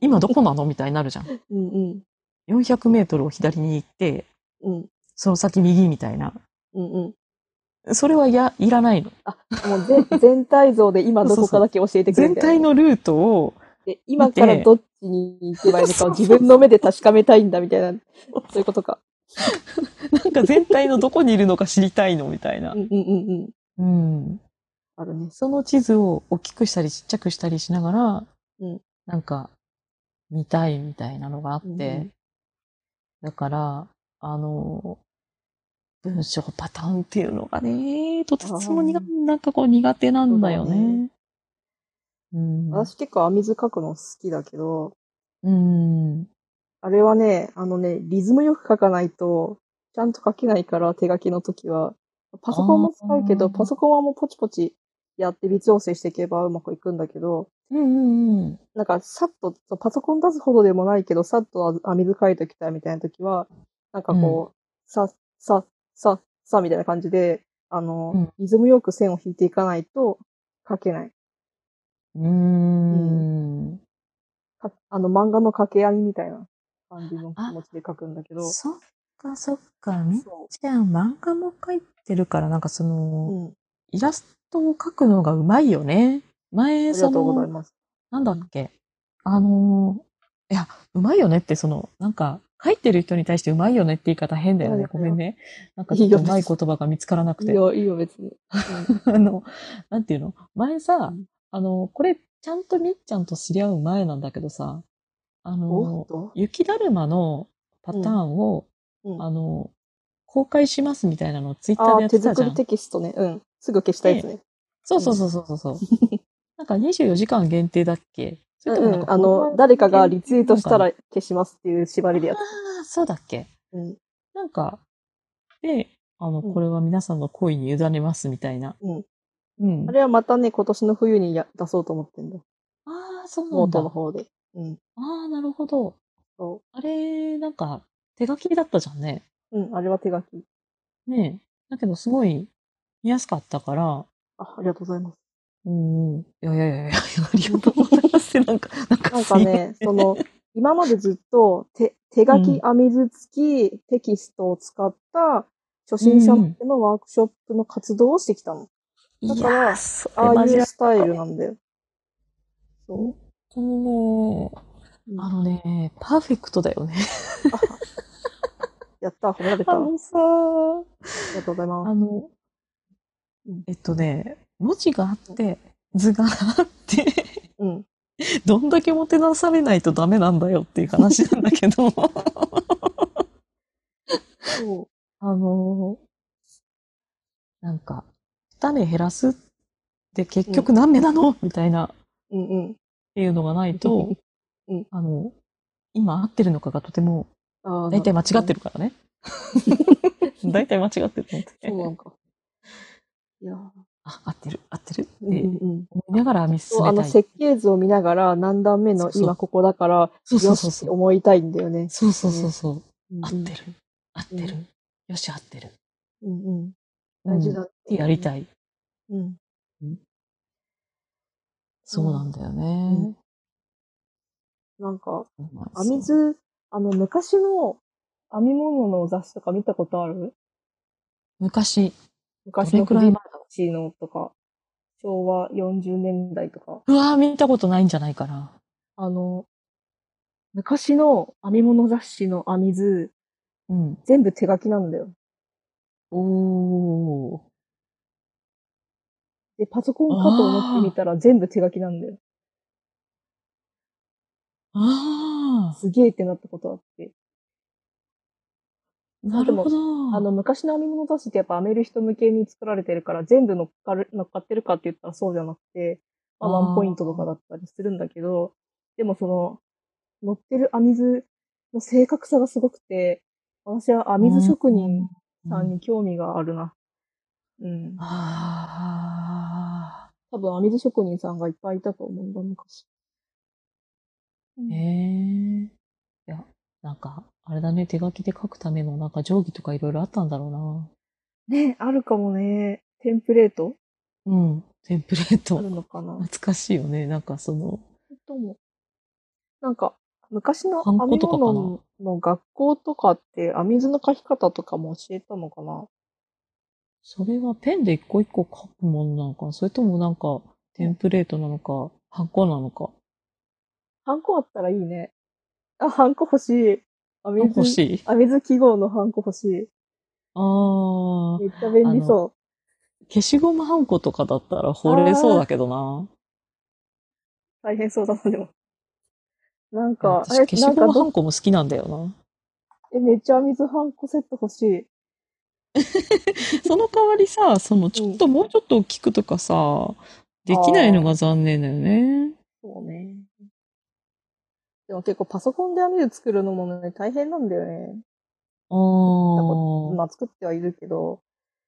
今どこなのみたいになるじゃん。うんうん。 400メートルを左に行って、うん。その先右みたいな。うんうん。それはいや、いらないの。も うぜ全体像で今どこかだけ教えてくれ全みたい体な。のルートを、で今からどっちに行けばいいのかを自分の目で確かめたいんだみたいな、そういうことか。なんか全体のどこにいるのか知りたいのみたいなうん。うんうんうん。うん。あるね。その地図を大きくしたりちっちゃくしたりしながら、うんなんか、見たいみたいなのがあって、うんうんだから、あの、文章パターンっていうのがね、とてつも苦あなんかこう苦手なんだよそうだね。うん。私結構編み図書くの好きだけど、うん。あれはね、あのね、リズムよく書かないと、ちゃんと書けないから、手書きの時は。パソコンも使うけあど、ーパソコンはもうポチポチやって微調整していけばうまくいくんだけど、うんうんうん。なんかさっと、そうパソコン出すほどでもないけど、さっと編み図書いときたいみたいな時は、なんかこう、さ、さ、さ、さみたいな感じで、あの、うんリズムよく線を引いていかないと書けない。うーん。かあの漫画の掛け合いみたいな感じの気持ちで書くんだけど、そっかそっか。みっそちゃん漫画も描いてるから、なんかその、う。うん。イラストを描くのがうまいよね。あ前、りがそとうございの、ます。なんだっけ。あのー、いや、うまいよねって、その、なんか、書いてる人に対してうまいよねって言い方変だよそうね。ですごよめんね。なんかちょっといいうよまい言葉が見つからなくいて。いよ、いいよ、別に。 あの、なんていうの前さうん、あの、これ、ちゃんとみっちゃんと知り合う前なんだけどさ、あおっの、と雪だるまのパターンを、うんあの、公開しますみたいなのをツイッタあーでやあ、っ手てたじ作ゃりん。テキストね。うん。すぐ消したやつね。そうそうそうそうそう。うなんか24時間限定だっけそれともうなんん。かあ公の開、誰かがリツイートしたなら消しますっていう縛りでやのつか。なあーそうだっけうん。なんか、で、あの、うんこれは皆さんの恋に委ねますみたいな。うん。うん。あれはまたね、今年の冬にや出そうと思ってんだ。ああ、そうなんノーだ。トの方で。うん。ああ、なるほど。そあれ、なんか、手書きだったじゃんね。う。うん。あれは手書き。ねえ。だけど、すごい見やすかったから、あ、ありがとうございます。うんうん。いやいやいやいや、ありがとうござい ますって、なんか、なんか、なんかね、その、今までずっと手手書き、編み図付き、テキストを使った初心者向けのワークショップの活動をしてきたの。すいまだせん、かいらやー、それああマいジうでスタイルなんだよ。そ本当にね、う。あのね、パーフェクトだよね。やった、褒められた。ありさ、あがとうございます。のうん、えっとね、文字があって、図があって、 うん。どんだけもてなされないとダメなんだよっていう話なんだけど、そ あのーなんか、二目減らすって結局何目なの、みたいなっう。うんうん。ていうのがない と、うんあの、今合ってるのかがとても、 ああ大体間違ってるるからね。 大体間違ってると思ってほどね。そうなのか。いやー、あ、合ってる、合ってるってうんうんうん。思いながら見進そうあめのたい。設計図を見ながら何段目そうのそう今ここだから、そうそようそうしっそてう。思いたいんだよね。そうそうそうそう。合うんうっんてる。合ってる。よし、合ってる。うんうん。大事だうんってやりたい。うん。そうなんだよねん。なんか、そうなんですよ編み図、あの、昔の編み物の雑誌とか見たことある昔、昔どれのくらい前だジのとか、昭和40年代とか。うわー見たことないんじゃないかな。あの、昔の編み物雑誌の編み図、うん。全部手書きなんだよ。おー。で、パソコンかと思ってみたら全部手書きなんだよ。あすげえってなったことあって。あ、なるほど。あの、昔の編み物雑誌ってやっぱ編める人向けに作られてるから、全部乗っかる乗っかってるかって言ったらそうじゃなくて、まあ、あーワンポイントとかだったりするんだけど、でもその、乗ってる編み図の正確さがすごくて、私は編み図職人さんに興味があるな。うん。ああ、多分編み図職人さんがいっぱいいたと思うんだ、昔。うんええいや、なんか、あれだね、手書きで書くための、なんか定規とかいろいろあったんだろうね、あるかもね。テンプレートな。うん、テンプレーあト。るのかな懐かしいよね。なんかその、とも。なんか、昔のハンコ編みとかかな物の学校とかって、編み図の書き方とかも教えたのかなそれはペンで一個一個書くもんなのか、それともなんか、テンプレートなのか、ハンコなのか。ハンコあったらいいね。あ、ハンコ欲しい。あ水欲しい。あ、水記号のハンコ欲しい。ああ、めっちゃ便利そ消しゴムハンコとかだったら掘れそうだけどな。う。大変そうだな、でも。なんか、私消なしんかゴムハど、ンコも好きなんだよえ、めっちゃ水ハンコセット欲しい。 な。その代わりさ、そのちょっともうちょっと大きくとかさ、できないのが残念だよね。そうね。でも結構パソコンで網で作るのもね、大変なんだよね。あまあ作ってはいるけど、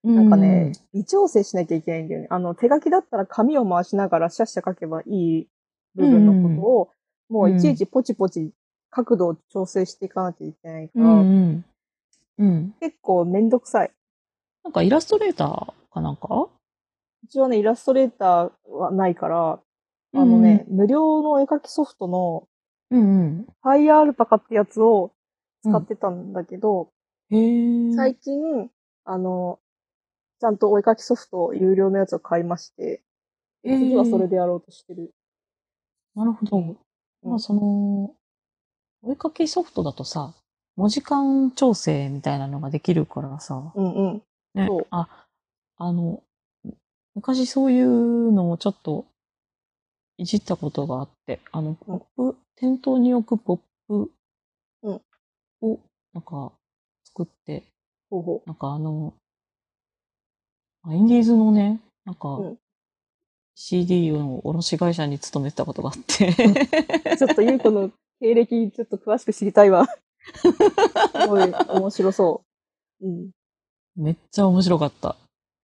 あ、ななんかね、、微調整しなきゃいけないんだよね。あの、手書きだったら紙を回しながらシャッシャ書けばいい部分のことを、もういちいちポチポチ角度を調整していかなきゃいけないかうら、んうん。うん。結構めんどくさい。なんかイラストレーターかなんかうちはね、イラストレーターはないから、あのね、無料の絵描きソフトの、うんうん。ファイアーアルパカってやつを使ってたんだけど、へえ。最近、あの、ちゃんとお絵描きソフト、有料のやつを買いまして、次はそれで。でやろうとしてる。なるほど。うんまあその、お絵かきソフトだとさ、文字間調整みたいなのができるからさ、うんうん。ねそう、あ、あの、昔そういうのをちょっといじったことがあって、あの、ポップ、店頭に置くポップうんを、なんか、作って、ほうほなんかあの、あインディーズのね、なんか、うん CD の卸会社に勤めてたことがあって、う。ちょっとゆうこの経歴、ちょっと詳しく知りたい わ。すごい面白そう。うん。めっちゃ面白かった。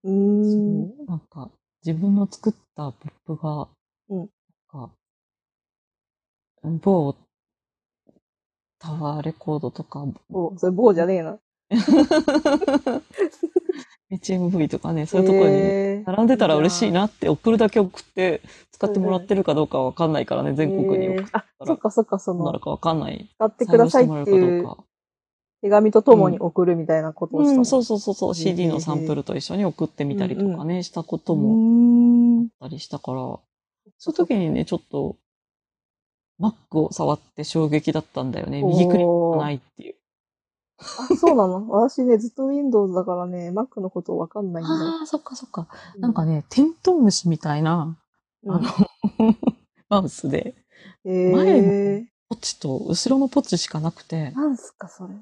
うーん。そうなんか、自分の作ったポップが、うんなんか、某タワーレコードとか、そう、それ某じゃねえな。 HMV とかね、そういうところにへー並んでたら嬉しい。なって送るだけ送って使ってもらってるかどうかわかんないからね、全国にへ送ーっあ、そっかそっか、そたなるの、かわかんない。使って採く用だしさいてもらっえてるかどいううか。手紙とともに送るみたいなことをしたうのん、そうそうそうそう、へー CD のサンプルと一緒に送ってみたりとかね、したことももあったりしたから、そういう時にね、ちょっと、Mac を触って衝撃だったんだよね。おー右クリックがないっていう。あ、そうなの 私ね、ずっと Windows だからね、Mac のことわかんないんだよ。ああ、そっかそっか。なんかね、テントウムシみたいな、うんあの、マウスで、うん、前のえポチと後ろのポチしかなくてー、、なんすか、それ。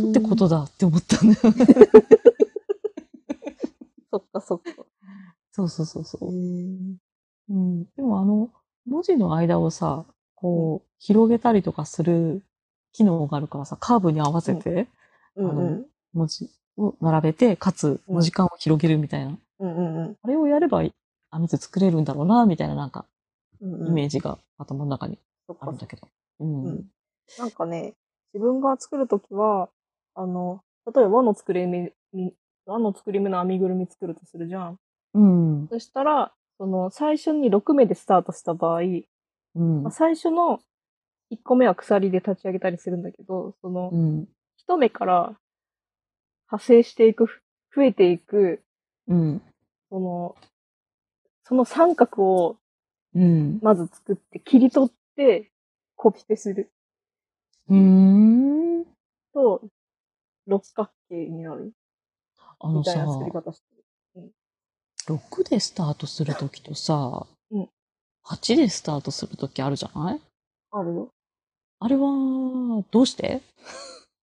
なんてことだって思ったんだよね。そっか、そっか。 そうそうそうそうう。んうん、でもあの、文字の間をさ、こう、広げたりとかする機能があるからさ、カーブに合わせてうんうん文字を並べて、かつ文字間を広げるみたいな。うんうんあれをやれば、あ水作れるんだろうな、みたいななんか、うんうん。イメージが頭の中にそっあるんかだけど。うん。うんなんかね、自分が作るときは、あの、例えば和の作り目、み和の作り目の編みぐるみ作るとするじゃん。うん。そしたら、その、最初に6目でスタートした場合、うんまあ、。最初の1個目は鎖で立ち上げたりするんだけど、そのう、ん。一目から派生していく、増えていく、うん。その、その三角をうん。まず作って、切り取って、コピペするうん。と、六角形になるあみのたいさな、作り方してる。 6でスタートするときとさ、うん8でスタートするときあるじゃないあるよ。あれは、どうして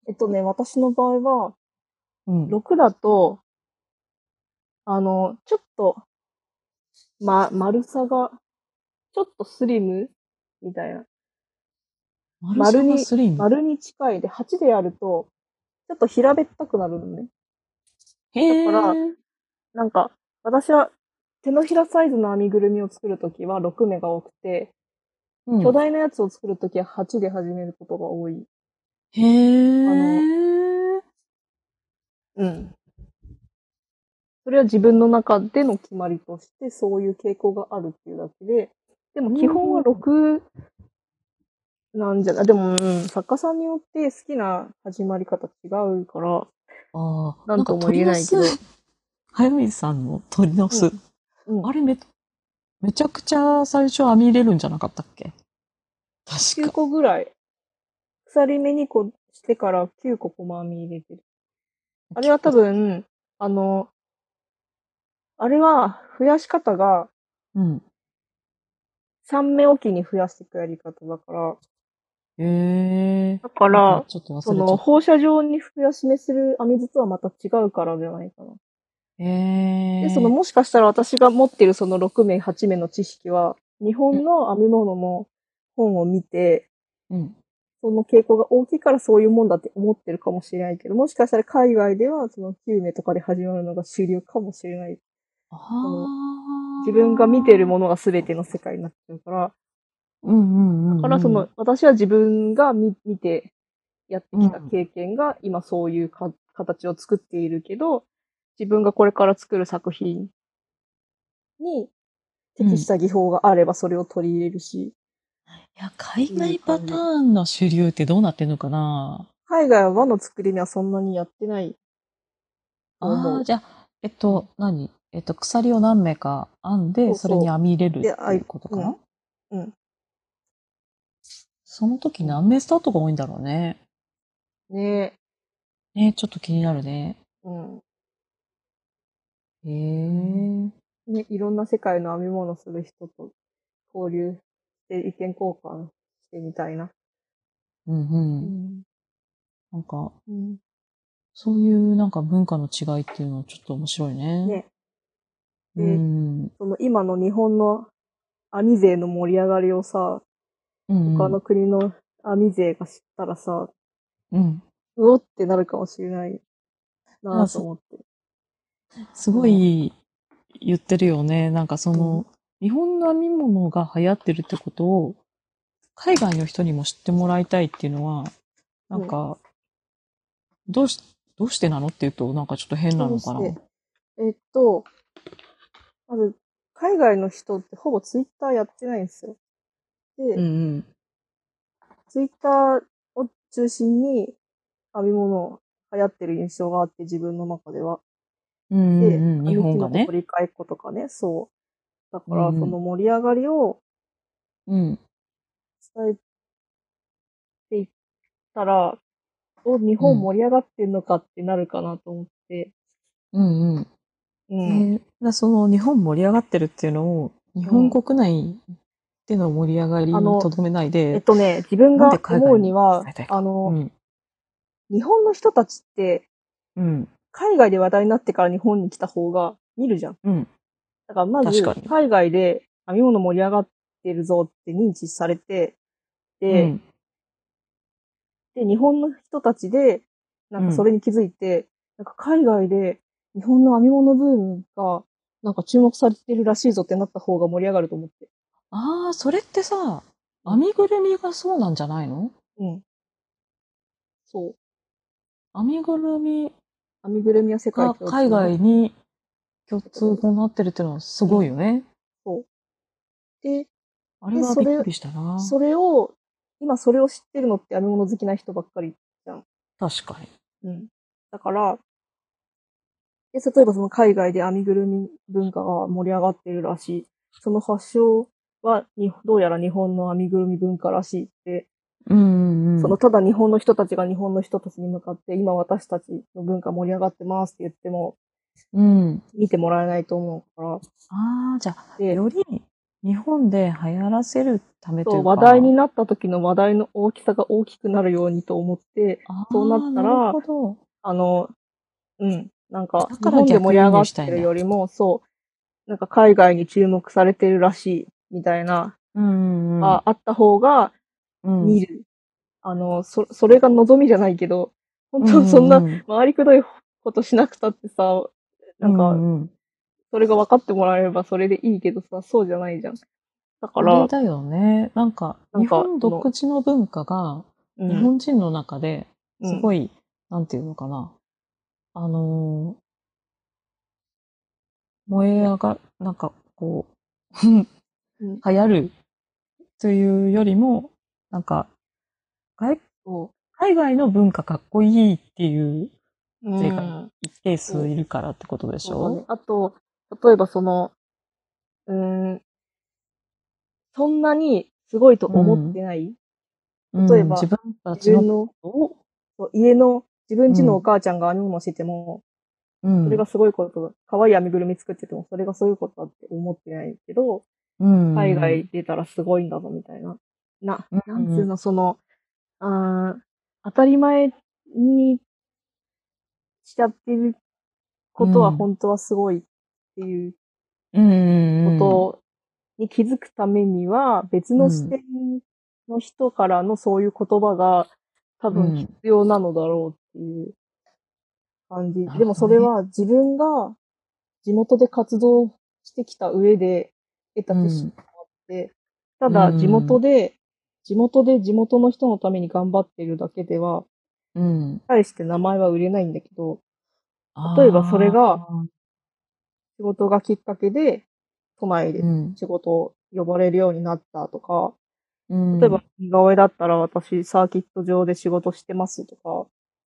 えっとね、私の場合は、うん。 6だと、あの、ちょっと、ま、丸さが、ちょっとスリムみたいな。丸さがスリム。丸に近いで、8でやると、ちょっと平べったくなるのね。へだからーなんか、私は手のひらサイズの編みぐるみを作るときは6目が多くて、うん巨大なやつを作るときは8で始めることが多い。へーうん。それは自分の中での決まりとして、そういう傾向があるっていうだけで、でも基本は6なんじゃな、でも、うん、作家さんによって好きな始まり方違うから、ああ、なんとも言えないけどんか鳥の巣。早水さんの鳥の巣。うんあれめ、めちゃくちゃ最初網入れるんじゃなかったっけ確9か。個ぐらい。鎖目2個してから9個細編み入れてる。あれは多分、あの、あれは増やし方がうん。 3目おきに増やしていくやり方だから、へえだかー。ら、ちょっとそ忘れちゃのっ放射状に増やし目する編み図とはまた違うからじゃないかな。た。へえで、ー。そのもしかしたら私が持ってるその6名、8名の知識は、日本の編み物の本を見て、うん。その傾向が大きいからそういうもんだって思ってるかもしれないけど、もしかしたら海外ではその9名とかで始まるのが主流かもしれない。あのあ。自分が見てるものが全ての世界になっちゃうから、うんうんうんうん。だからその、私は自分が見見てやってきたうん経験が今そういうか形を作っているけど、自分がこれから作る作品に適した技法があればそれを取り入れるし、いや、海外パターンの主流ってどうなってんのかな海外は和の作り目はそんなにやってないとあ思あ、う。じゃあ、えっと、何えっと、鎖を何目か編んで、そうそそうれに編み入れるっであていいうことかなうんうんその時何目スタートが多いんだろうね。ねねちょっと気になるね。うん。へえ。ね、いろんな世界の編み物する人と交流して意見交換してみたいな。うんううん。ん。なんか、うん、そういうなんか文化の違いっていうのはちょっと面白いね。ね。うでん。その今の日本の編み勢の盛り上がりをさ、うん。他の国の編み勢が知ったらさ、うん。うおってなるかもしれないなぁと思って。すごい言ってるよね。なんかその、日本の編み物が流行ってるってことを、海外の人にも知ってもらいたいっていうのは、なんか、どうし、どうしてなのっていうと、なんかちょっと変なのかな。どうしてえっと、まず、海外の人ってほぼツイッターやってないんですよ。で、うんうん。ツイッターを中心に編み物流行ってる印象があって、自分の中では。うんで、うんうん、日本がね。取り替えっことかね、そう。だから、うんうんその盛り上がりをうん。伝えていったら、お、日本盛り上がってんのかってなるかなと思って。うんうん。うん。えーだからその日本盛り上がってるっていうのを、日本国内での盛り上がりにあのとどめないえっで、とね、自分なんがで海思う外にには伝えたい、かあの、うん。日本の人たちって、うん。海外で話題になってから日本に来た方が見るじゃん。うん。だからまず確かに、海外で編み物盛り上がってるぞって認知されて、うで、んで、日本の人たちで、なんかそれに気づいて、なんか海外で日本の編み物ブームが、なんか注目されてるらしいぞってなった方が盛り上がると思って。ああ、それってさ、うん編みぐるみがそうなんじゃないのうん。そう。編みぐるみ編みぐるみは世界が共通海外に共通語になってるってのはすごいよね。で、あれはでそびれっくりしたな。それを、今それを知ってるのって編み物好きな人ばっかり確かに。うん。だから、で、例えばその海外で編みぐるみ文化が盛り上がってるらしい。その発祥はに、どうやら日本の編みぐるみ文化らしいって、うんうんうん。そのただ日本の人たちが日本の人たちに向かって、今私たちの文化盛り上がってますって言っても、うん。見てもらえないと思うかああ、じゃあ、ら。で、より日本で流行らせるためといそううか。話題になった時の話題の大きさが大きくなるようにと思って、あーそうなったらなるほど。あの、うん、なんか、だ日から本で盛り上が逆輸っ入したいてんだるよりも、そう、なんか海外に注目されてるらしい、みたいな、うんうんうん。ああった方がうん、見る。 あの、そ、それが望みじゃないけど、本当そんな、回りくどいことしなくたってさ、なんうか、んうん、それが分かってもらえればそれでいいけどさ、そうじゃないじゃん。だかあられ、だよね。なんか、なん日か本独自の文化が、うん日本人の中で、うんすごい、なんていうのかな。あのー燃え上が、なんかこう、流うん行るというよりも、なんか、外そ海外の文化かっこいいっていうう。うんっていうか一定数いるからってことでしそうだねょ。あと、例えばその、うーん、そんなにすごいと思ってないうん例えば自分たち自分のの、ことを、そう家の、自分家のお母ちゃんが編み物してても、うんそれがすごいことだ、可愛い編みぐるみ作ってても、それがそういうことだって思ってないけど、うん海外出たらすごいんだぞ、みたいな。な、うんなんつうの、その、あー当たり前にしちゃってることはうん本当はすごいっていううんことに気づくためには、別の視点の人からのそういう言葉が多うん分必要なのだろうっていう感じ。なるほどねでもそれは自分が地元で活動してきた上で得た知識もあって、ただうん地元で、地元で地元の人のために頑張ってるだけでは、うん、対して名前は売れないんだけど、例えばそれが仕事がきっかけで都内あでー、うん仕事を呼ばれるようになったとか、うん、例えば、似顔絵だったら私サーキット上で仕事してますとか、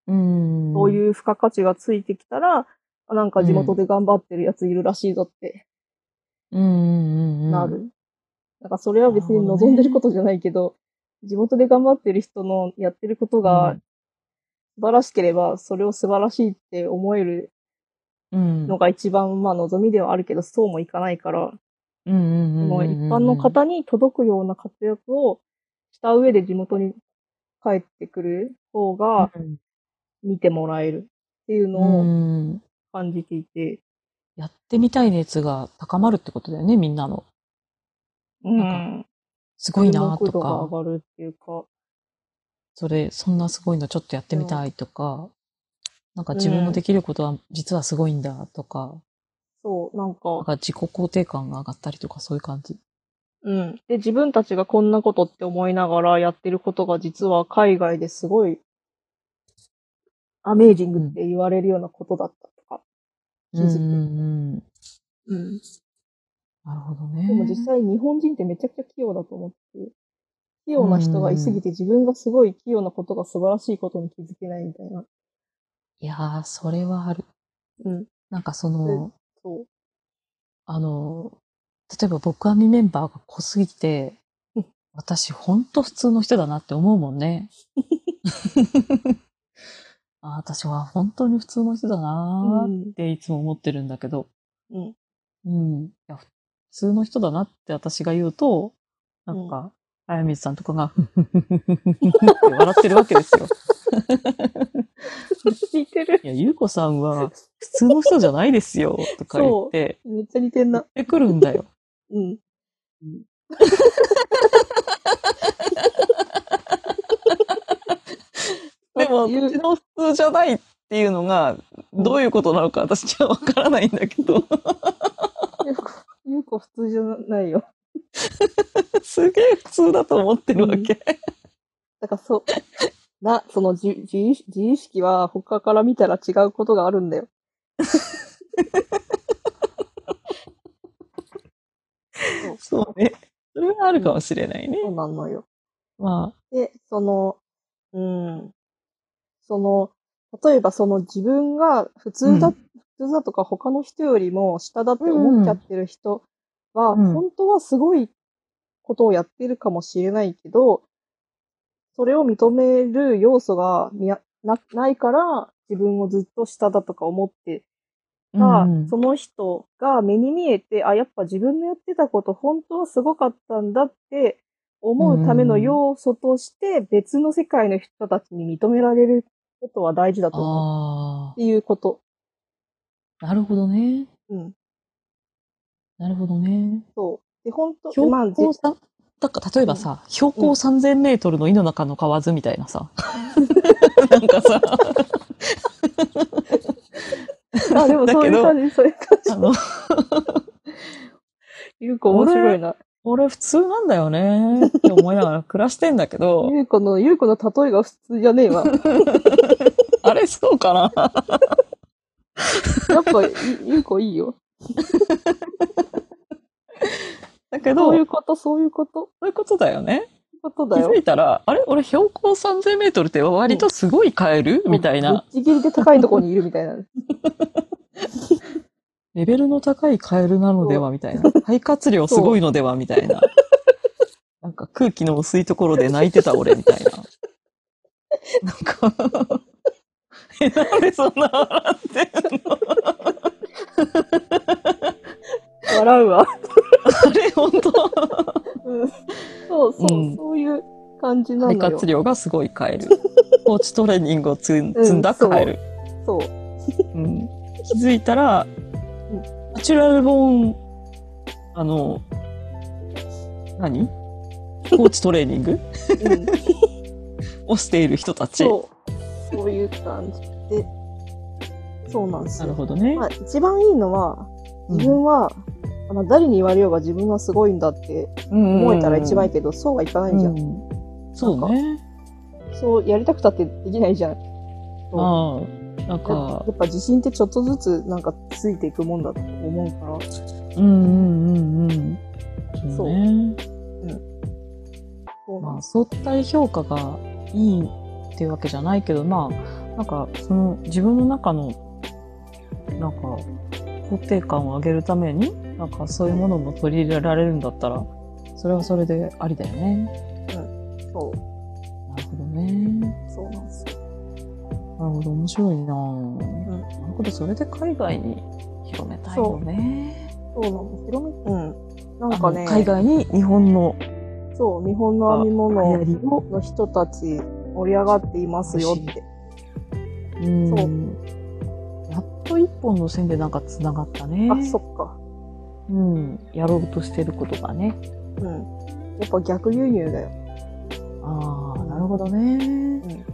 うん、そうういう付加価値がついてきたら、あなんか地元で頑張ってるやついるらしいぞってんうんうん、なる。なんかそれは別に望んでることじゃないけど、地元で頑張ってる人のやってることうがん素晴らしければ、それを素晴らしいって思えるうん、のが一番まあ望みではあるけど、そうもいかないから、うんうんうそんうんのうん、一般の方に届くような活躍をした上で地元に帰ってくる方がうん見てもらえるっていうのをうん、感じていて、やってみたい熱が高まるってことだよね、みんなの。うん。なんすごいな注と目度が上か、がるっていうか、それ、そんなすごいのちょっとやってみたいとか、なんか自分のできることは実はすごいんだとか、そう、なんなんか、か自己肯定感が上がったりとかそういう感じ。うん。で、自分たちがこんなことって思いながらやってることが実は海外ですごい、アメージングって言われるようなことだったとか、気づくうんうんうんうん。なるほどね。でも実際日本人ってめちゃくちゃ器用だと思って、器用な人がいすぎて自分がすごい器用なことが素晴らしいことに気づけないみたいな。いやー、それはある。うん。なんかその、そう。あの、例えば僕編みメンバーが濃すぎて、私ほんと普通の人だなって思うもん ね。あ私は本当に普通の人だなーっていつも思ってるんだけど、うん。 うん。いや普通の人だなって私が言うと、なんか、あやみつさんとかが、ふふふふふふって笑ってるわけですよ。似てる。いや、ゆうこさんは普通の人じゃないですよ、とか言って、めっちゃ似てん言なっ。てくるんだよ。うん。 でも、う言う ちの普通じゃないっていうのが、どういうことなのか私にはわからないんだけ ど、ゆうこ、ゆうこ普通じゃないよ。すげえ普通だと思ってるわけ。だからそう。 な、その自自意自意識は他から見たら違うことがあるんだよ。 そうそうね。それはあるかもしれないね。そうなのよ。まあ、で、その、うん。その、例えばその自分が普通だ、うん普通だとか他の人よりも下だって思っちゃってる人は、うん本当はすごいことをやってるかもしれないけど、それを認める要素がみやなないから、自分をずっと下だとか思ってた、うんうんその人が目に見えて、あ、やっぱ自分のやってたこと本当はすごかったんだって思うための要素として、別の世界の人たちに認められることは大事だと思う。あっていうこと。あ、なるほどね。うん。なるほどね。そう。で、本当標まあ、ぜ高さん、だから例えばさ、標高3000メートルの井の中の河津みたいな さ。なんかさ、あ、でもそういう感じ、 そういう感じあ。の、ゆうこ面白いな。俺普通なんだよねって思いながら暮らしてんだけ ど、ゆうこの、ゆうこの例えが普通じゃね えわ。あれそうかなやっぱ、ゆゆうこいいよ。だけど、そそうういいううこと、そういうこと、ことだよね。こと気だよづ。いたら、あれ俺標高3000メートルって割とすごいカエル、みたいな。ぶっちぎりで高いところにいるみたいな。レ ベルの高いカエルなのではみたいな。肺活量すごいのではみたいな。なんなんか空気の薄いところで泣いてた俺みたい な。なんか、 え、なんでそんな笑ってんの笑うあわ。れ、本 当うんそうそうう、んそういう感じなの肺よ。活量がすごい変える。放置トレーニングを積ん積んだ変える。そう。うん気づいたら、ナチュラルボーン、あの、何放置トレーニングうん、をしている人たち。そう。そういう感じで。そうなんですなよ。るほどねま。あ、一番いいのは、うん自分は、まあ、誰に言われようが自分はすごいんだって思えたら一番いいけど、そうはいかないじゃん。うんそうね。そうやりたくたってできないじゃん。そああ、なんうやかっ、ぱ自信ってちょっとずつなんかついていくもんだと思うから。うんうんうんうん。そうね。まそうなんであ、相対評価がいいっていうわけじゃないけど、まあ、なんか、その、自分の中の、なんか、肯定感を上げるために、なんか、そういうものも取り入れられるんだったら、それはそれでありだよね。す。そう。なるほどね。そうなんですよ。なるほど、面白いなぁ、んなるほど、それで海外に広めたいよね。そうなんです。広め、うん。なんかあのね、海外に日本のそう、日本の編み流行物りをの人たち盛り上がっていますよって。うんそやっと一本の線でなんかつながったね。あ、そっか。うん。やろうとしてることがね。うん。やっぱ逆輸入だよ。ああ、なるほどね。うん